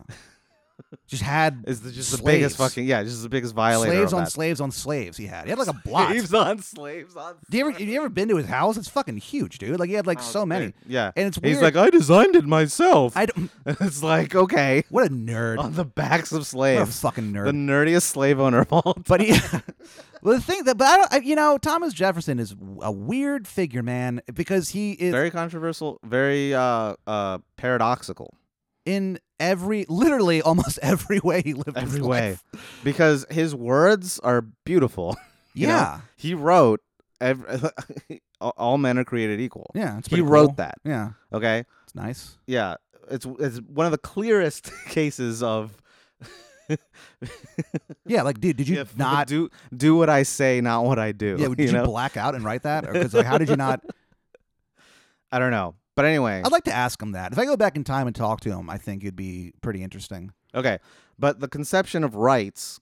S3: Just had
S1: is the, just the
S3: Slaves.
S1: biggest fucking yeah, just the biggest violator.
S3: slaves
S1: of
S3: on
S1: that.
S3: slaves on slaves. He had. He had
S1: *laughs*
S3: like a block.
S1: Slaves on slaves on. Oh,
S3: Do you ever have you ever been to his house? It's fucking huge, dude. Like he had like so many.
S1: Yeah,
S3: And it's
S1: he's like,
S3: weird.
S1: I designed it myself.
S3: I don't.
S1: *laughs* it's like okay,
S3: What a nerd.
S1: on the backs of
S3: what a
S1: slaves,
S3: fucking nerd.
S1: the nerdiest slave owner of all.
S3: but
S1: *laughs*
S3: he, *laughs* well, the thing that, but I don't, I, you know, Thomas Jefferson is a weird figure, man, because he is
S1: Very controversial, very uh, uh, paradoxical.
S3: in every, literally, almost *laughs* every way he lived. his
S1: Every way,
S3: life.
S1: because his words are beautiful. *laughs* you know?
S3: Yeah.
S1: He wrote, ev *laughs* all- "All men are created equal."
S3: Yeah. It's
S1: he
S3: pretty
S1: wrote
S3: cool.
S1: that.
S3: Yeah.
S1: Okay,
S3: It's nice.
S1: yeah it's it's one of the clearest *laughs* cases of
S3: Yeah. Like, dude, did you
S1: yeah, f-
S3: not?
S1: do do what i say not what i do
S3: yeah.
S1: *laughs*
S3: Did
S1: you
S3: you,
S1: know?
S3: black out and
S1: *laughs*
S3: write that? Or because like, how did you not?
S1: i don't know but anyway
S3: I'd like to ask him that. If I go back in time and talk to him, I think it'd be pretty interesting.
S1: okay but the conception of rights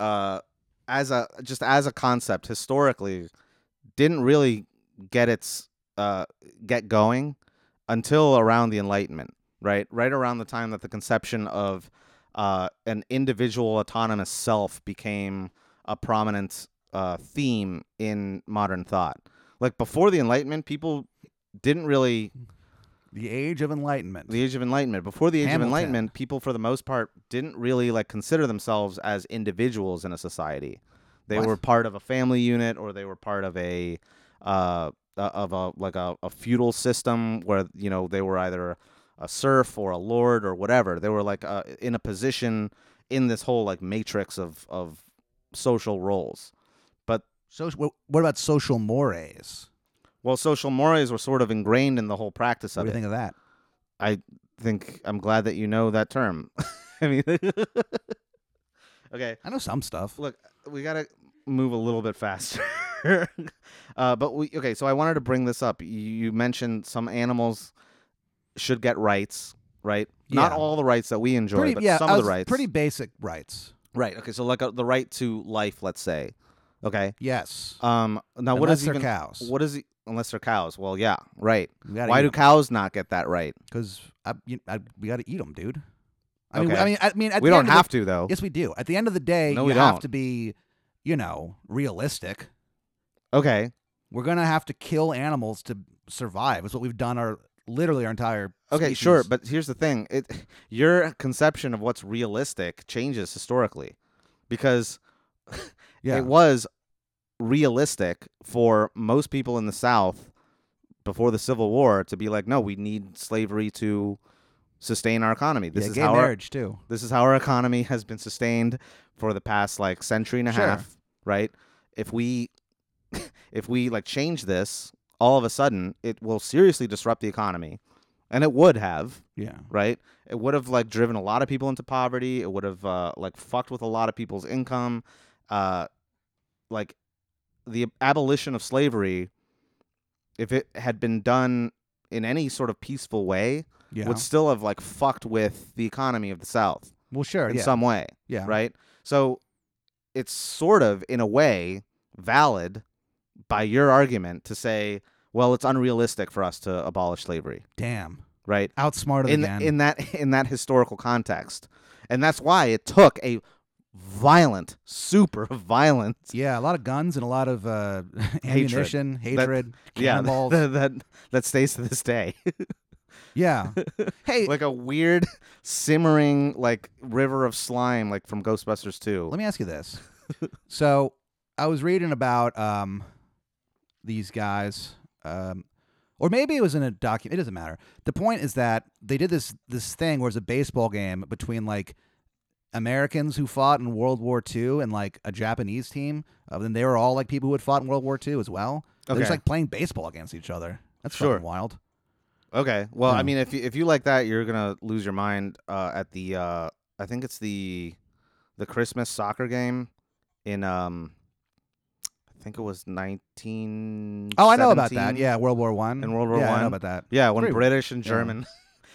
S1: uh as a just as a concept historically didn't really get its uh get going until around the enlightenment right right around the time that the conception of uh an individual autonomous self became a prominent uh theme in modern thought like before the enlightenment people didn't really
S3: The Age of Enlightenment.
S1: the age of enlightenment before the age
S3: Hamilton.
S1: of enlightenment people for the most part didn't really like consider themselves as individuals in a society they
S3: What?
S1: were part of a family unit or they were part of a uh uh, of a like a, a feudal system where you know they were either a serf or a lord or whatever they were like uh, in a position in this whole like matrix of of social roles
S3: so, what, what about social mores?
S1: well social mores were sort of ingrained in the whole practice
S3: What
S1: of
S3: do you
S1: it
S3: think of that?
S1: think i'm glad that you know that term *laughs* i
S3: *laughs*
S1: mean okay
S3: I know some stuff.
S1: look, we gotta move a little bit faster. *laughs* uh, but we okay. So I wanted to bring this up. You, you mentioned some animals should get rights, right? Not
S3: Yeah.
S1: all the rights that we enjoy,
S3: Pretty,
S1: but
S3: yeah,
S1: some
S3: I
S1: of
S3: was-
S1: the rights.
S3: Pretty basic rights.
S1: right. Okay. So like uh the right to life, let's say. Okay.
S3: Yes.
S1: Um. Now what
S3: Unless
S1: is
S3: they're
S1: even
S3: cows?
S1: what is e- unless they're cows? Well, yeah. Right. Why do cows not get that right?
S3: Because I, you, I, we got to eat them, dude. I mean,
S1: Okay.
S3: I mean, I mean, at
S1: we
S3: the
S1: don't
S3: end of
S1: have to though.
S3: The, yes, we do. At the end of the day,
S1: No,
S3: you
S1: we
S3: have
S1: don't.
S3: to be, you know, realistic.
S1: Okay.
S3: We're gonna have to kill animals to survive. It's what we've done our literally our entire.
S1: Okay, sure,
S3: species.
S1: but here's the thing: it *laughs* your conception of what's realistic changes historically, because
S3: Yeah.
S1: It was realistic for most people in the South before the Civil War to be like, no, we need slavery to sustain our economy. This
S3: yeah,
S1: is
S3: gay
S1: how our,
S3: marriage too.
S1: this is how our economy has been sustained for the past like century and a
S3: Sure.
S1: half, right? If we *laughs* if we like change this, all of a sudden it will seriously disrupt the economy. And it would have,
S3: Yeah.
S1: right? It would have like driven a lot of people into poverty. It would have uh, like fucked with a lot of people's income. Uh, like the abolition of slavery, if it had been done in any sort of peaceful way,
S3: Yeah.
S1: would still have like fucked with the economy of the South
S3: well, sure.
S1: in
S3: Yeah.
S1: some way,
S3: yeah.
S1: right? So it's sort of in a way valid by your argument to say, well, it's unrealistic for us to abolish slavery,
S3: Damn.
S1: right?
S3: Outsmarted
S1: in
S3: again.
S1: in that *laughs* in that historical context, and that's why it took a violent, super *laughs* violent,
S3: yeah, a lot of guns and a lot of uh, *laughs* ammunition, hatred,
S1: yeah, *laughs*
S3: cannonballs.
S1: that, that that stays to this
S3: *laughs*
S1: day, *laughs*
S3: yeah. hey,
S1: like a weird simmering like river of slime, like from Ghostbusters Two.
S3: Let me ask you this. so I was reading about um, these guys, um, or maybe it was in a document. It doesn't matter. The point is that they did this this thing where it's a baseball game between like Americans who fought in World War II and like a Japanese team. Uh, then they were all like people who had fought in World War II as well. They're just
S1: Okay.
S3: like playing baseball against each other. That's
S1: Sure.
S3: fucking wild.
S1: Okay, well,
S3: Yeah.
S1: I mean, if you, if you like that, you're gonna lose your mind uh, at the uh, I think it's the the Christmas soccer game in um. I think it was nineteen.
S3: Oh, I know about that. Yeah, World War One
S1: In World War
S3: yeah, I
S1: One.
S3: know about that.
S1: Yeah, when
S3: Pretty-
S1: British and
S3: yeah.
S1: German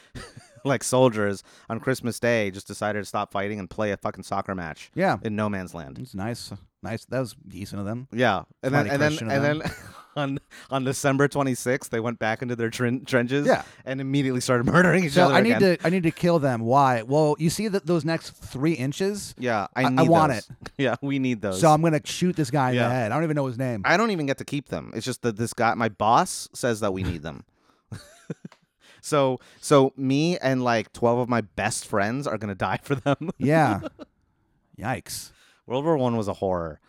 S1: *laughs* like soldiers on Christmas Day just decided to stop fighting and play a fucking soccer match
S3: Yeah,
S1: in no man's land.
S3: it's nice, nice. That was decent of them.
S1: Yeah, and then
S3: Smarty
S1: and then
S3: Christian of
S1: and then *laughs* on on December 26th they went back into their tren- trenches
S3: Yeah.
S1: and immediately started *laughs* murdering each
S3: So
S1: other
S3: I need
S1: again.
S3: to I need to kill them. Why? Well, you see that those next three inches.
S1: yeah, I,
S3: I- I
S1: need
S3: want
S1: those. *laughs* Yeah, we need those.
S3: So I'm gonna shoot this guy in
S1: Yeah.
S3: the head. I don't even know
S1: *laughs*
S3: his name.
S1: I don't even get to keep them. It's just that this guy, my boss, says that we need them. *laughs* so, so me and like twelve of my best friends are gonna die for them. *laughs*
S3: yeah. Yikes!
S1: World War One was a horror.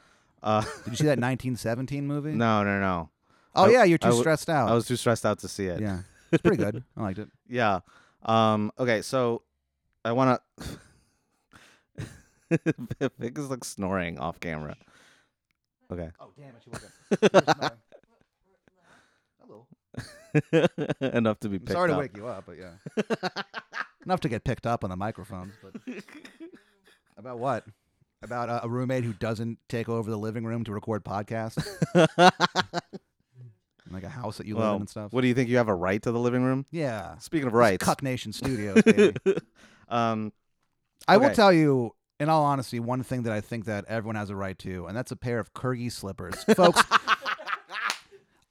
S1: Uh, *laughs*
S3: Did you see that 1917 movie?
S1: no, no, no.
S3: Oh
S1: I-
S3: yeah, you're
S1: I
S3: too
S1: w-
S3: stressed out.
S1: I was too stressed out to see it.
S3: yeah, it's pretty good. I liked it.
S1: Yeah. Um, okay, so I want to. *laughs* Vic is like snoring off camera.
S4: *laughs*
S1: Okay. *laughs*
S4: Oh, damn it. She woke up. Hello.
S1: Enough to be picked
S3: Sorry
S1: up.
S3: to wake you up, but yeah. Enough to get picked up on the microphones.
S1: *laughs*
S3: But about what? About uh, a roommate who doesn't take over the living room to
S1: *laughs*
S3: record podcasts, and, like a house that you live
S1: well,
S3: in and stuff.
S1: what do you think? You have a right to the living room?
S3: yeah.
S1: Speaking of rights. *laughs*
S3: Cuck Nation Studios, baby.
S1: Um,
S3: I will
S1: Okay.
S3: tell you, in all honesty, one thing that I think that everyone has a right to, and that's a pair of Kyrgyz slippers, folks.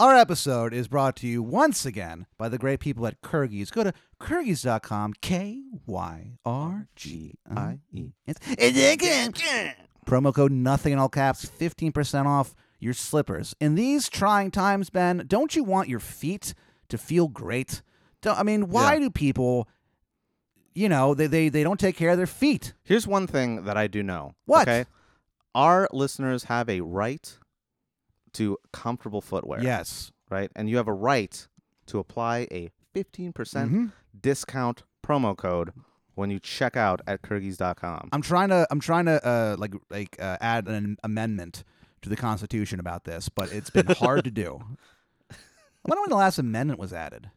S3: Our episode is brought to you once again by the great people at Kyrgyz. Go to kyrgyz.com, K Y R G I
S1: I-E.
S3: S. And again, Promo code nothing in all caps, 15% off your slippers. In these trying times, Ben, don't you want your feet to feel great? Don't, I mean, why do people, you know, they, they, they don't take care of their feet?
S1: Here's one thing that I do know.
S3: What?
S1: Okay. Our listeners have a right to comfortable footwear.
S3: Yes.
S1: right? And you have a right to apply a 15% percent
S3: Mm-hmm.
S1: discount promo code when you check out at Kyrgyz.com.
S3: I'm trying to I'm trying to uh, like like uh, add an amendment to the Constitution about this, but it's been hard
S1: *laughs*
S3: to do. I wonder when the last amendment was added.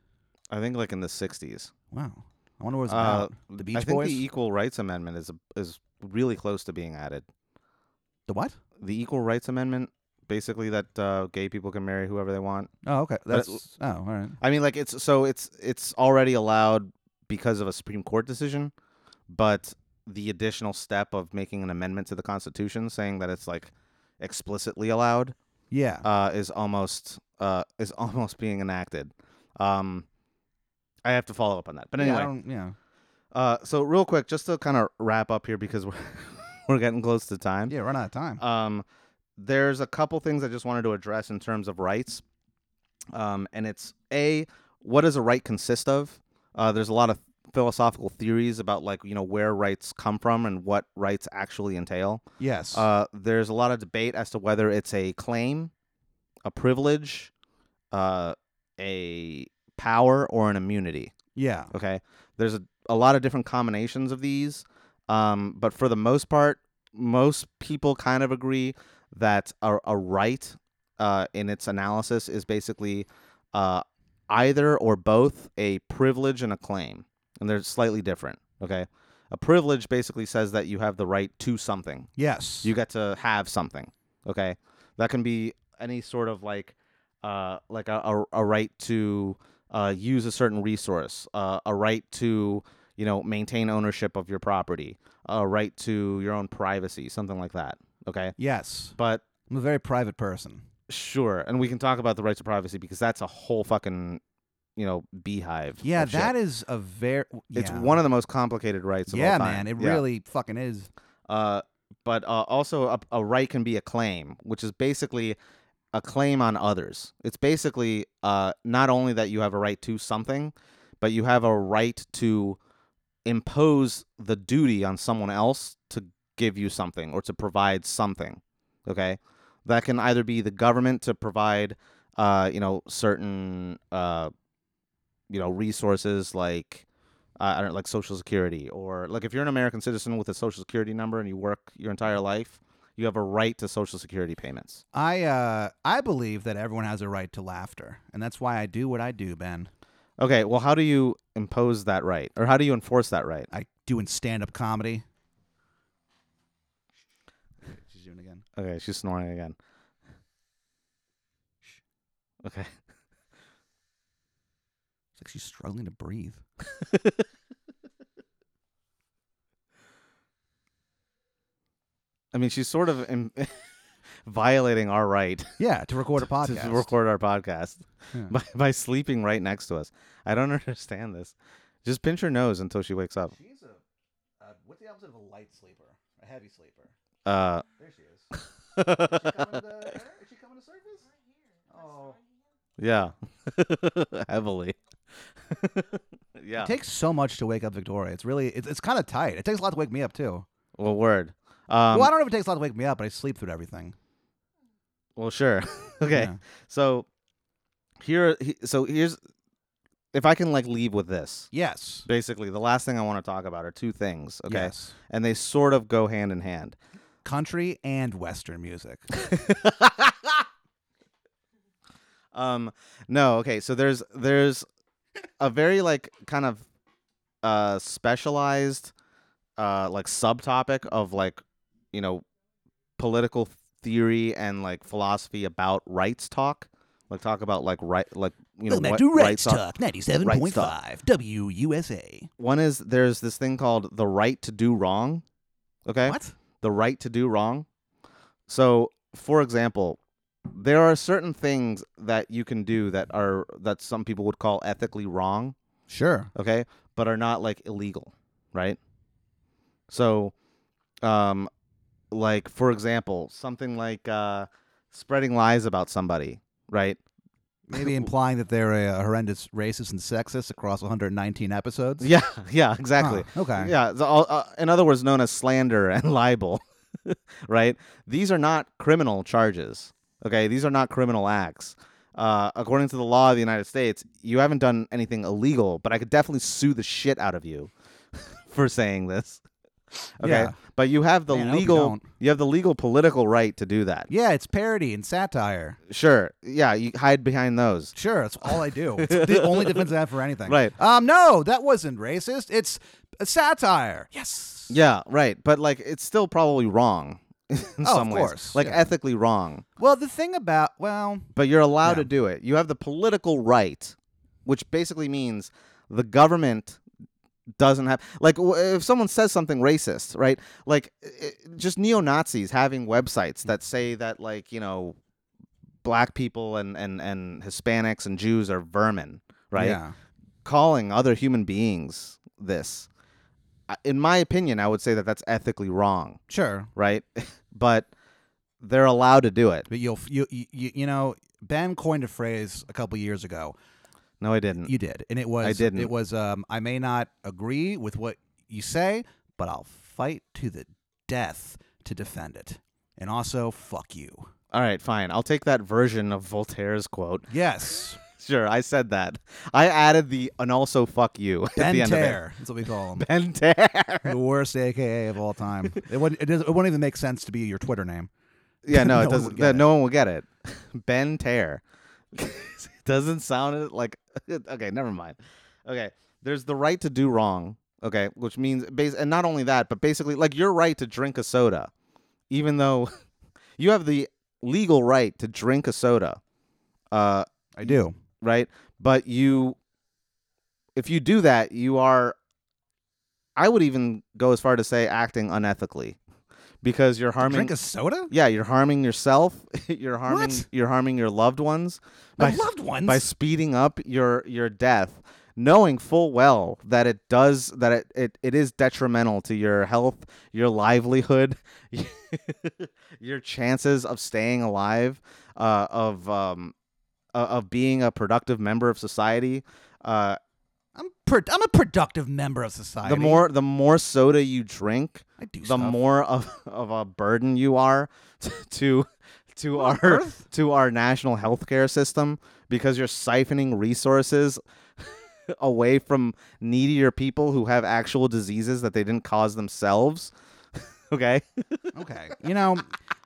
S1: I think like in the 60s.
S3: Wow. I wonder what it was
S1: Uh,
S3: about. The Beach
S1: I think
S3: Boys?
S1: the Equal Rights Amendment is is really close to being added.
S3: The what?
S1: The Equal Rights Amendment, basically that uh, gay people can marry whoever they want.
S3: Oh, okay.
S1: That's-
S3: That's oh, all right.
S1: I mean, like it's so it's it's already allowed because of a Supreme Court decision, but the additional step of making an amendment to the Constitution saying that it's like explicitly allowed
S3: Yeah.
S1: uh, is almost uh, is *laughs* almost being enacted. Um, I have to follow up on that. But
S3: Yeah, I
S1: anyway,
S3: don't- yeah.
S1: uh, so real quick, just to kind of wrap up here because *laughs* we're we're getting close to time.
S3: Yeah, run out of time.
S1: Um, there's a couple things I just wanted to address in terms of rights. Um, and it's a what does a right consist of? Uh, there's a lot of philosophical theories about like you know where rights come from and what rights actually entail.
S3: Yes.
S1: Uh, there's a lot of debate as to whether it's a claim, a privilege, uh, a power, or an immunity.
S3: yeah.
S1: Okay, there's a, a lot of different combinations of these, um, but for the most part, most people kind of agree that a, a right, uh, in its analysis, is basically uh, either or both a privilege and a claim, and they're slightly different. Okay, a privilege basically says that you have the right to something.
S3: Yes.
S1: You get to have something. Okay, that can be any sort of like, uh, like a, a, a right to uh, use a certain resource, uh, a right to you know maintain ownership of your property, a right to your own privacy, something like that. Okay,
S3: yes.
S1: but
S3: I'm a very private person.
S1: sure, and we can talk about the right to privacy because that's a whole fucking you know beehive.
S3: Yeah,
S1: of shit.
S3: that is a very.
S1: It's one of the most complicated rights of all
S3: Yeah,
S1: time.
S3: man. It
S1: Yeah.
S3: really fucking is.
S1: Uh, but uh, also a, a right can be a claim, which is basically a claim on others. It's basically uh, not only that you have a right to something, but you have a right to impose the duty on someone else to give you something or to provide something. Okay, that can either be the government to provide, uh, you know, certain, uh, you know, resources like uh, I don't know, like Social Security, or like if you're an American citizen with a Social Security number and you work your entire life, you have a right to Social Security payments.
S3: I uh I believe that everyone has a right to laughter, and that's why I do what I do, Ben.
S1: Okay, well, how do you impose that right, or how do you enforce that right?
S3: I do in stand up comedy. She's doing it again.
S1: Okay, she's snoring again. Okay.
S3: It's like she's struggling to breathe.
S1: I mean, she's sort of in- *laughs* violating our right
S3: Yeah, *laughs* to record
S1: *laughs*
S3: a
S1: to
S3: podcast.
S1: record our podcast
S3: Yeah.
S1: *laughs* by, by sleeping right next to us. I don't *laughs* understand this. Just pinch her nose until she wakes up.
S3: She's a uh, what's the opposite of a light sleeper? A heavy sleeper.
S1: Uh,
S3: There she is. is she coming to service? Oh.
S1: yeah, *laughs* heavily. *laughs* yeah.
S3: It takes so much to wake up Victoria. It's really it's, it's kind of tight. It takes a lot to wake me up too.
S1: Well, word. Um,
S3: well, I don't know if it takes a lot to wake me up, but I sleep through everything.
S1: well, sure. *laughs* okay.
S3: Yeah.
S1: So here, he- so here's if I can like leave with this.
S3: Yes.
S1: Basically, the last thing I want to talk about are two things. Okay.
S3: Yes.
S1: And they sort of go hand in hand.
S3: Country and Western music.
S1: Um, no. Okay. So there's there's a very like kind of uh specialized uh like subtopic of like you know political theory and like philosophy about rights talk like talk about like right like you
S3: *laughs*
S1: know
S3: Welcome back
S1: what
S3: to Rights
S1: rights are.
S3: Talk, ninety-seven point five WUSA.
S1: one is there's this thing called the right to do wrong okay
S3: What?
S1: the right to do wrong. So, for example, there are certain things that you can do that are that some people would call ethically wrong, *laughs*
S3: Sure.
S1: okay, but are not like illegal, right? So, um like for example, something like uh spreading lies about somebody, right?
S3: Maybe implying that they're a, a horrendous racist and sexist across 119 episodes.
S1: Yeah, *laughs* yeah, exactly.
S3: Huh, okay.
S1: Yeah, so, all- uh, in other words, known as slander and *laughs* libel, right? These are not criminal charges. Okay, these are not criminal acts. Uh, according to the law of the United States, you haven't done anything illegal, but I could definitely sue the shit out of you *laughs* for saying this. *laughs* Okay,
S3: Yeah.
S1: but you have the
S3: Man, I hope you
S1: legal,
S3: don't.
S1: you, have the legal political right to do that.
S3: Yeah, it's parody and satire.
S1: Sure, yeah, you hide behind those.
S3: Sure, that's all I do.
S1: *laughs*
S3: It's the only defense I have for anything.
S1: Right.
S3: Um, no, that wasn't racist. It's a satire. Yes.
S1: Yeah, right. But like, it's still probably wrong *laughs* in
S3: Oh, of
S1: some ways,
S3: course,
S1: like
S3: yeah.
S1: ethically wrong.
S3: Well, the thing about well,
S1: but you're allowed to
S3: Yeah.
S1: do it. You have the political right, which basically means the government doesn't have like w- if someone says something racist, right? Like i i- just neo Nazis having websites that say that like you know black people and and and Hispanics and Jews are vermin, right?
S3: Yeah.
S1: Calling other human beings this. I- In my opinion, I would say that that's ethically wrong,
S3: Sure.
S1: right? *laughs* but they're allowed to do it.
S3: But you'll you you you you know Ben coined a phrase a couple years ago.
S1: No, I didn't.
S3: You did, and it was.
S1: didn't.
S3: It was. Um, I may not agree with what you say, but I'll fight to the death to defend it. And also, fuck you.
S1: All right, fine. I'll take that version of Voltaire's quote. *laughs*
S3: Yes,
S1: Sure, I said that. I added the and also fuck you *laughs* at
S3: Ben
S1: the end of it.
S3: Tear. That's what we
S1: *laughs*
S3: call him.
S1: Ben Tear.
S3: *laughs* the worst AKA of all time. It wouldn't. It, doesn't, it wouldn't even make sense to be your Twitter name. *laughs*
S1: Yeah, no,
S3: No
S1: it
S3: one
S1: doesn't.
S3: would get
S1: that-
S3: it.
S1: No one will get it. *laughs* Ben Tear. *laughs* it doesn't sound like. *laughs* Okay, never mind. Okay, there's the right to do wrong. Okay, which means bas- and not only that, but basically like your right to drink a soda, even though *laughs* you have the legal right to drink a soda, uh,
S3: I do.
S1: right? But you, if you do that, you are. I would even go as far to say acting unethically, because you're harming.
S3: Drink a soda.
S1: Yeah, you're harming yourself. *laughs* you're harming
S3: What?
S1: you're harming your loved ones
S3: My
S1: by
S3: loved ones.
S1: by speeding up your your death, knowing full well that it does that it it, it is detrimental to your health, your livelihood, *laughs* your chances of staying alive, uh, of um, uh, of being a productive member of society. Uh,
S3: I'm. Pro- I'm a productive member of society.
S1: the more the more soda you drink,
S3: I do.
S1: the
S3: stuff.
S1: more of, of a burden you are *laughs* t- to to our
S3: Earth?
S1: to our national healthcare system because you're siphoning resources *laughs* away from needier people who have actual diseases that they didn't cause themselves. *laughs* okay.
S3: Okay. You know,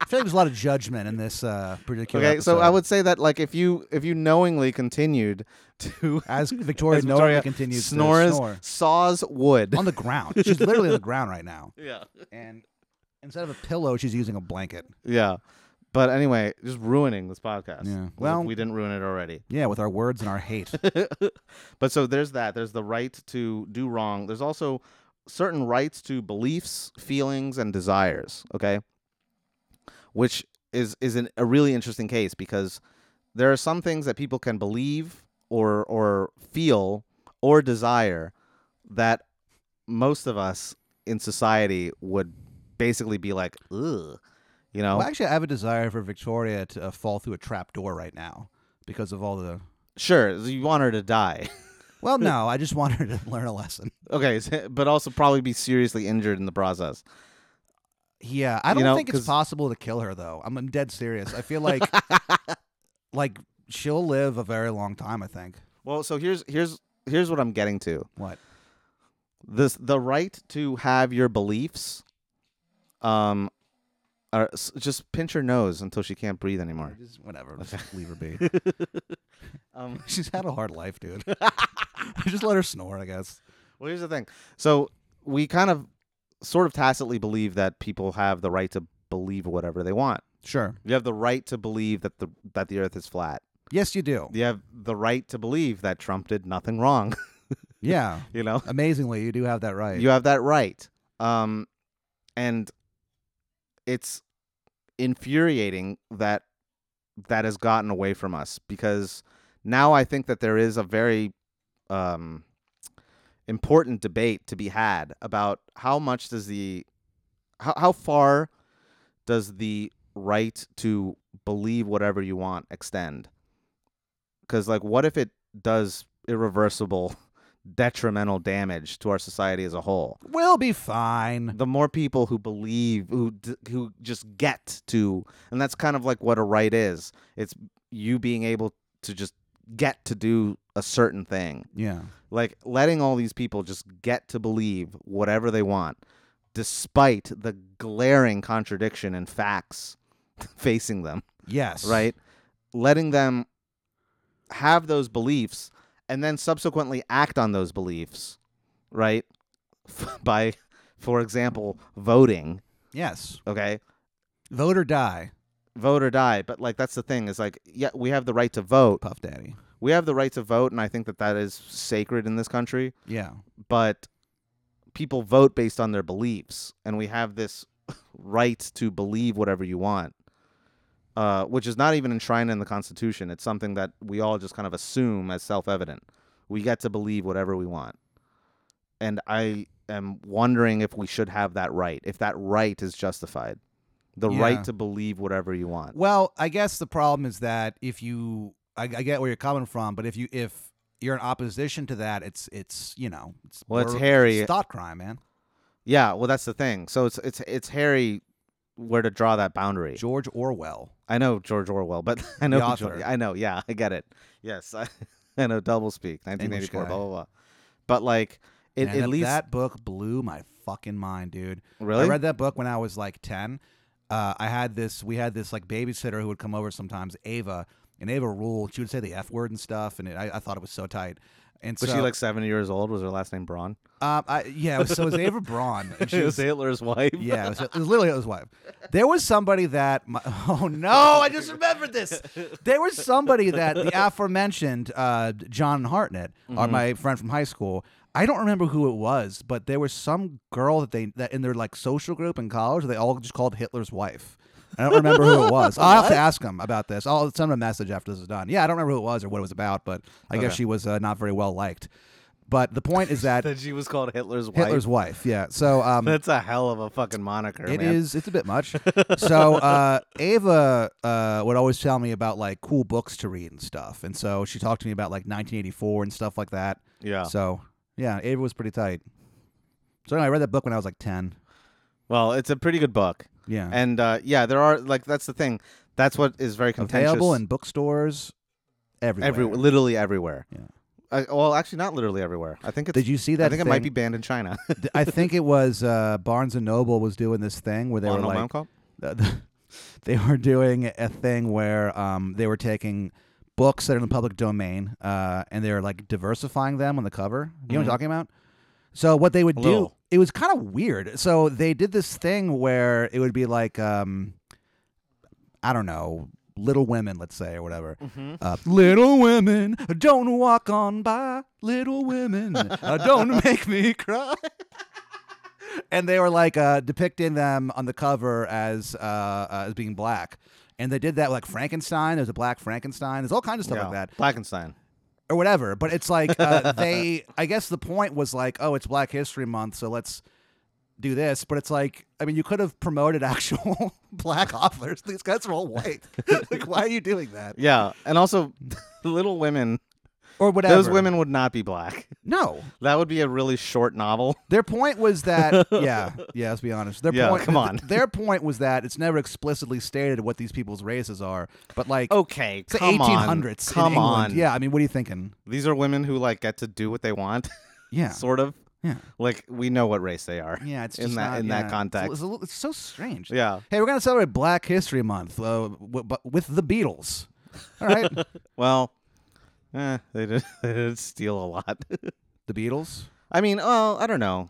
S3: I feel like there's a lot of judgment in this uh, particular.
S1: Okay. So I
S3: episode.
S1: would say that like if you if you knowingly continued to
S3: as
S1: *laughs*
S3: Victoria,
S1: as
S3: knowingly
S1: Victoria
S3: continues
S1: snores-
S3: to snore
S1: saws wood.
S3: on the ground. She's literally on the ground right now,
S1: yeah.
S3: and instead of a pillow, she's using a blanket.
S1: *laughs* Yeah. But anyway, just ruining this podcast.
S3: Yeah.
S1: as if
S3: Well-
S1: we didn't ruin it already.
S3: Yeah, with our words and our hate.
S1: but so there's that. There's the right to do wrong. There's also certain rights to beliefs, feelings, and desires. Okay, which is is an, a really interesting case because there are some things that people can believe or or feel or desire that most of us in society would basically be like, ugh, you know.
S3: well, actually, I have a desire for Victoria to uh, fall through a trap door right now because of all the.
S1: Sure, you want her to die. *laughs*
S3: Well, no, I just want her to *laughs* learn a lesson.
S1: okay, *laughs* so- but also probably be seriously injured in the process.
S3: Yeah, I
S1: You
S3: don't
S1: know,
S3: think it's
S1: 'cause-
S3: possible to kill her though. I'm, I'm dead serious. I
S1: *laughs*
S3: feel like, like she'll live a very long time. I think.
S1: Well, so here's here's here's what I'm getting to.
S3: What?
S1: This the right to have your beliefs um are s- just pinch her nose until she can't breathe anymore.
S3: Just whatever. Just
S1: Okay.
S3: leave her be.
S1: *laughs*
S3: *laughs*
S1: Um
S3: She's had a hard life,
S1: *laughs*
S3: dude. *laughs* just let her snore, I guess.
S1: well, here's the thing. So we kind of sort of tacitly believe that people have the right to believe whatever they want.
S3: Sure.
S1: You have the right to believe that the that the earth is flat.
S3: Yes, you do.
S1: You have the right to believe that Trump did nothing wrong, *laughs*
S3: Yeah.
S1: you know?
S3: Amazingly, you do have that right.
S1: You have that right. Um, and it's infuriating that that has gotten away from us because now I think that there is a very um, important debate to be had about how much does the how, how far does the right to believe whatever you want extend? Because like, what if it does irreversible, detrimental damage to our society as a whole?
S3: *laughs* we'll be fine.
S1: the more people who believe who d- who just get to and that's kind of like what a right is it's you being able to just get to do a certain thing
S3: Yeah.
S1: like letting all these people just get to believe whatever they want despite the glaring contradiction in facts *laughs* facing them
S3: Yes.
S1: right? Letting them have those beliefs and then subsequently act on those beliefs, right? *laughs* By, for example, voting,
S3: Yes.
S1: okay?
S3: Vote or die,
S1: Vote or die. But like, that's the thing is like, yeah, we have the right to vote.
S3: Puff Daddy.
S1: We have the right to vote. And I think that that is sacred in this country.
S3: Yeah.
S1: But people vote based on their beliefs. And we have this *laughs* right to believe whatever you want. uh, which is not even enshrined in the Constitution. It's something that we all just kind of assume as self evident. We get to believe whatever we want. And I am wondering if we should have that right, if that right is justified. The
S3: Yeah.
S1: right to believe whatever you want.
S3: Well, I guess the problem is that if you, I, I get where you're coming from, but if you, if you're in opposition to that, it's it's you know, it's
S1: Well, it's
S3: blur-
S1: Harry.
S3: It's thought crime, man.
S1: Yeah, well, that's the thing. So it's it's it's Harry where to draw that boundary.
S3: George Orwell.
S1: I know George Orwell, but *laughs* I know who Geor-
S3: author.
S1: I know. Yeah, I get it. Yes, I, *laughs* I know. Doublespeak, nineteen eighty four,
S3: guy.
S1: blah blah blah. But like, it
S3: Man,
S1: at
S3: that-
S1: least
S3: that book blew my fucking mind, dude.
S1: really.
S3: I read that book when I was like 10. Uh, I had this, we had this like babysitter who would come over sometimes, Ava, and Ava ruled. She would say the F word and stuff, and it, I, I thought it was so tight. And
S1: was
S3: so,
S1: she like seventy years old? Was her last name Braun? *laughs*
S3: um, I, yeah, it was, so it was Ava Braun. And she
S1: She was
S3: was,
S1: Hitler's wife. *laughs*
S3: yeah, it was, it was literally his wife. There was somebody that, my, *laughs* oh no, I just remembered this. There was somebody that the aforementioned uh, John Hartnett, or my friend from high school, I don't remember who it was, but there was some girl that they that in their like social group in college they all just called Hitler's wife. I don't remember who it was. I'll have to ask him about this. I'll send him a message after this is done. Yeah, I don't remember who it was or what it was about, but I guess
S1: Okay.
S3: she was uh, not very well liked. But the point is
S1: *laughs*
S3: that
S1: That she was called Hitler's wife.
S3: Hitler's wife. Yeah. So
S1: *laughs*
S3: um,
S1: That's a hell of a fucking moniker,
S3: it
S1: man.
S3: is. It's a bit much.
S1: *laughs*
S3: so uh, Ava uh, would always tell me about like cool books to read and stuff, and so she talked to me about like 1984 and stuff like that.
S1: Yeah.
S3: So yeah, Ava was pretty tight. So anyway, I read that book when I was like 10.
S1: well, it's a pretty good book,
S3: Yeah,
S1: and uh, yeah, there are like that's the thing. That's what is very contentious.
S3: available in bookstores everywhere.
S1: every literally everywhere.
S3: Yeah.
S1: Uh, well, actually, not literally everywhere. I think it's.
S3: Did you see that?
S1: I think it might be
S3: thing?
S1: banned in China.
S3: Th- I think it was uh, Barnes and Noble was doing this thing where
S1: *laughs*
S3: they
S1: Wanna
S3: were
S1: know what
S3: like,
S1: I'm called?
S3: th- th- uh, *laughs* they were doing a thing where um, they were taking books that are in the public domain uh, and they were like diversifying them on the cover. You know what I'm talking about? So what they would
S1: Mm-hmm. A
S3: do,
S1: little.
S3: it was kind of weird. So they did this thing where it would be like, um, I don't know, Little Women, let's say, or whatever. Uh, little Women, don't walk on by. Little Women, uh,
S1: *laughs*
S3: don't make me cry. and they were like uh, depicting them on the cover as uh, uh, as being black. And they did that with, like Frankenstein. There's a black Frankenstein. There's all kinds of stuff like
S1: Yeah.
S3: that
S1: Blackenstein.
S3: or whatever. But it's like
S1: *laughs*
S3: uh, they. I guess the point was like, oh, it's Black History Month, so let's do this. But it's like, I mean, you could have promoted *laughs* actual black authors. These guys are
S1: *laughs*
S3: all white. like, why are you doing that?
S1: Yeah, and *laughs* also, Little Women.
S3: Or whatever.
S1: Those women would not be black.
S3: No,
S1: That would be a really short novel.
S3: their point
S1: *laughs*
S3: was that. Yeah, yeah. Let's be honest. Their
S1: Yeah,
S3: point.
S1: come on.
S3: th- *laughs* their point was that it's never explicitly stated what these people's races are. But like,
S1: Okay,
S3: it's the
S1: Oh, come
S3: 1800s.
S1: on,
S3: in
S1: come
S3: England.
S1: on.
S3: Yeah, I mean, what are you thinking?
S1: these are women who like get to do what they want, *laughs*
S3: Yeah.
S1: sort of.
S3: Yeah.
S1: Like we know what race they are.
S3: Yeah, it's
S1: in
S3: just
S1: that
S3: not-
S1: in
S3: yeah,
S1: that
S3: it's a
S1: context.
S3: li- It's, a li- it's so strange.
S1: yeah.
S3: Hey, we're gonna celebrate Black History Month uh, w- but with the Beatles.
S1: *laughs*
S3: All right,
S1: Well, eh, they did *laughs* they did steal a lot. *laughs*
S3: the Beatles.
S1: I mean, well, I don't know.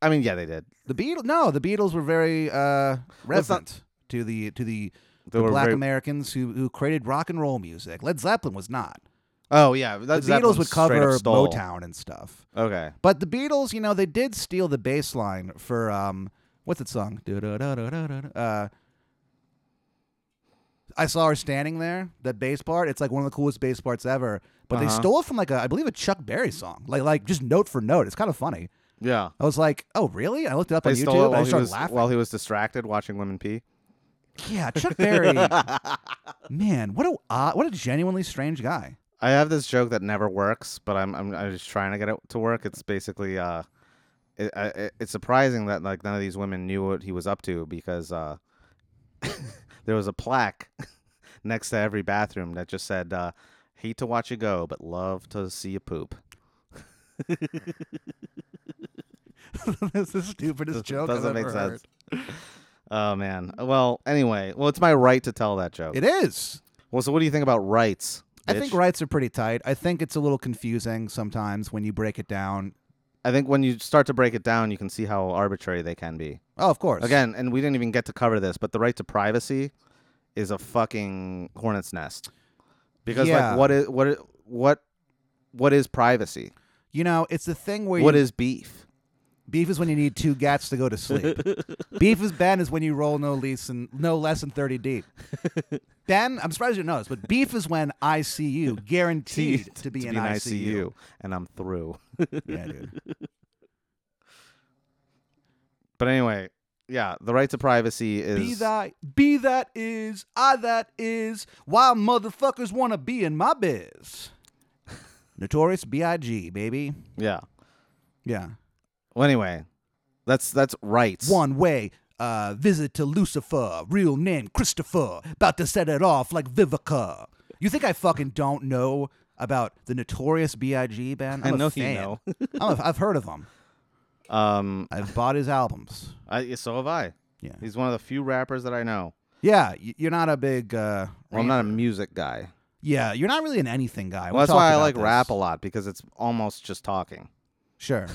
S1: I mean, yeah, they did.
S3: The Beatles. No, the Beatles were very uh,
S1: it's not-
S3: reverent to the to the,
S1: They
S3: the
S1: were
S3: Black
S1: very-
S3: Americans who who created rock and roll music. Led Zeppelin was not.
S1: Oh yeah,
S3: The
S1: that,
S3: Beatles would cover Motown and stuff.
S1: Okay.
S3: But the Beatles, you know, they did steal the bass line for um, what's that song? Du-du-du-du-du-du-du. Uh, I saw her standing there. That bass part, it's like one of the coolest bass parts ever. But they
S1: Uh-huh.
S3: stole it from like a, I believe a Chuck Berry song, like like just note for note. It's kind of funny.
S1: Yeah.
S3: I was like, oh really? I looked it up
S1: They
S3: on
S1: stole it
S3: YouTube. and I
S1: while he,
S3: started
S1: was,
S3: laughing.
S1: while he was distracted watching women pee.
S3: yeah,
S1: *laughs*
S3: Chuck Berry. Man, what a odd, what a genuinely strange guy. *laughs*
S1: I have this joke that never works, but I'm I'm, I'm just trying to get it to work. It's basically uh, it, I, it, it's surprising that like none of these women knew what he was up to because uh, *laughs* there was a plaque *laughs* next to every bathroom that just said uh, "Hate to watch you go, but love to see you poop."
S3: That's the stupidest joke
S1: Doesn't
S3: I've
S1: make
S3: ever
S1: sense.
S3: heard.
S1: *laughs* Oh man. Well, anyway, well, it's my right to tell that joke.
S3: It is.
S1: well, so what do you think about rights?
S3: I think
S1: bitch?
S3: rights are pretty tight. I think it's a little confusing sometimes when you break it down.
S1: I think when you start to break it down, you can see how arbitrary they can be.
S3: Oh, of course.
S1: Again, and we didn't even get to cover this, but the right to privacy is a fucking hornet's nest. Because
S3: Yeah.
S1: like what is what i- what what is privacy?
S3: You know, it's the thing where
S1: What
S3: you,
S1: is beef?
S3: beef is when you need two gats to go
S1: *laughs*
S3: to sleep. beef is Ben is when you roll no less than no less than thirty
S1: *laughs*
S3: deep. Ben, I'm surprised you didn't know this, but beef is when I see
S1: *laughs*
S3: you, guaranteed to be in ICU.
S1: and I'm through. *laughs*
S3: Yeah, dude.
S1: But anyway, yeah, the right to privacy is
S3: Be that, be that is,
S1: *laughs*
S3: I that is. Why motherfuckers wanna be in my biz? Notorious B.I.G. Baby.
S1: Yeah.
S3: Yeah.
S1: Well, anyway, that's that's rights.
S3: One way. Uh, visit to Lucifer, real name Christopher. About to set it off like Vivica. You think I fucking don't know about the Notorious B.I.G. band?
S1: I
S3: I'm a
S1: know you
S3: fan.
S1: know.
S3: *laughs* I'm a, I've heard of him.
S1: Um,
S3: I've bought his albums.
S1: I, so have I.
S3: Yeah.
S1: He's one of the few rappers that I know.
S3: Yeah, y- you're not a big. Uh,
S1: Well, I'm not a music guy.
S3: yeah, you're not really an anything guy.
S1: Well,
S3: We
S1: that's
S3: talked
S1: why I
S3: about
S1: like
S3: this.
S1: rap a lot because it's almost just talking. *laughs*
S3: Sure.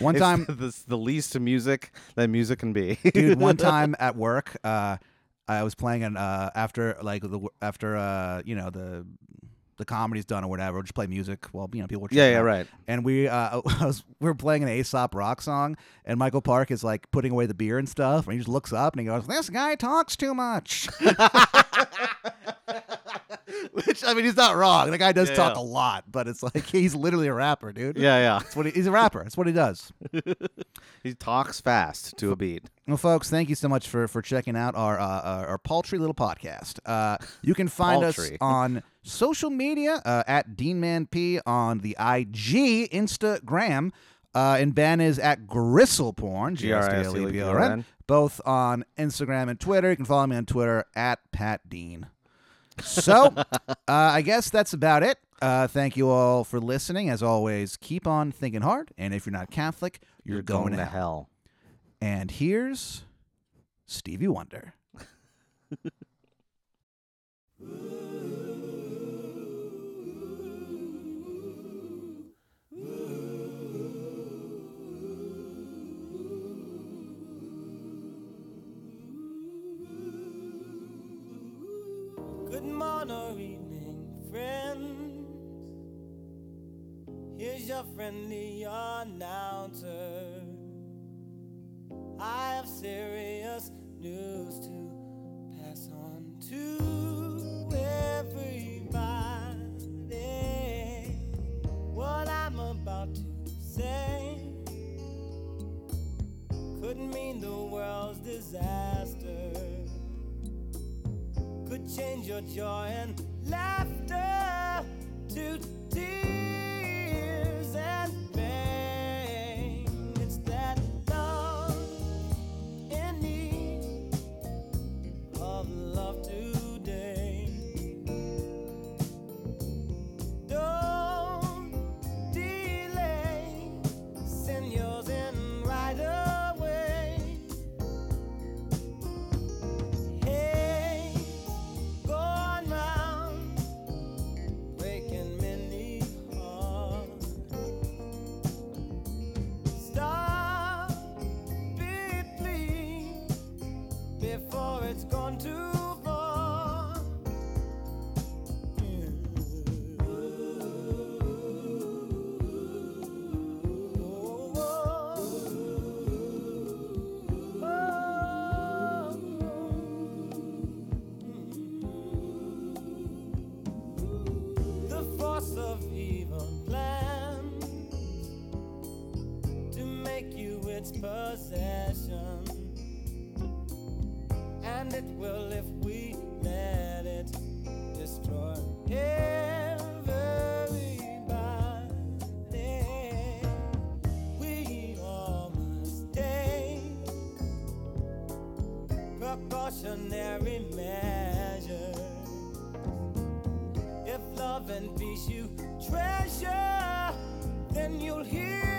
S3: One
S1: It's
S3: time,
S1: *laughs* the, it's the least to music that music can
S3: *laughs*
S1: be. *laughs*
S3: dude. One time at work, uh, I was playing an uh, after like the after uh, you know the the comedy's done or whatever. We'll just play music while you know people. Were
S1: yeah,
S3: checking
S1: yeah,
S3: out.
S1: right.
S3: And we uh, *laughs* I was, we were playing an Aesop rock song, and Michael Park is like putting away the beer and stuff, and he just looks up and he goes, "This guy talks too much." *laughs* Which I mean, he's not wrong. The guy does
S1: Yeah,
S3: talk
S1: yeah.
S3: a lot, but it's like he's literally a rapper, dude.
S1: *laughs* Yeah, yeah.
S3: That's what he, he's a rapper. That's what he does.
S1: He talks fast to a beat.
S3: Well, folks, thank you so much for for checking out our uh, our, our paltry little podcast. Uh, you can find us *laughs*
S1: Paltry.
S3: on social media uh, at DeanManP on the IG, Instagram, uh, and Ben is at Gristleporn, E G-R-I-S-L-E-P-O-R-N, both on Instagram and Twitter. You can follow me on Twitter at Pat Dean. *laughs* So, uh, I guess that's about it. Uh, thank you all for listening. As always, keep on thinking hard, and if you're not Catholic, you're, going, to hell.
S1: hell.
S3: And here's Stevie Wonder.
S2: Good morning or evening, friends. Here's your friendly announcer. I have serious news to pass on to everybody. What I'm about to say could mean the world's disaster could change your joy and laughter to tears and pain. It's that love in need of love today. Don't delay, send yours in right away. Hey, going round, breaking many hearts. Stop it, please, before it's gone too far. the force of evil plan to make you its possession, and it will if we let it destroy everybody. We all must take precautionary measures. If love and peace you treasure, then you'll hear oh, Oh,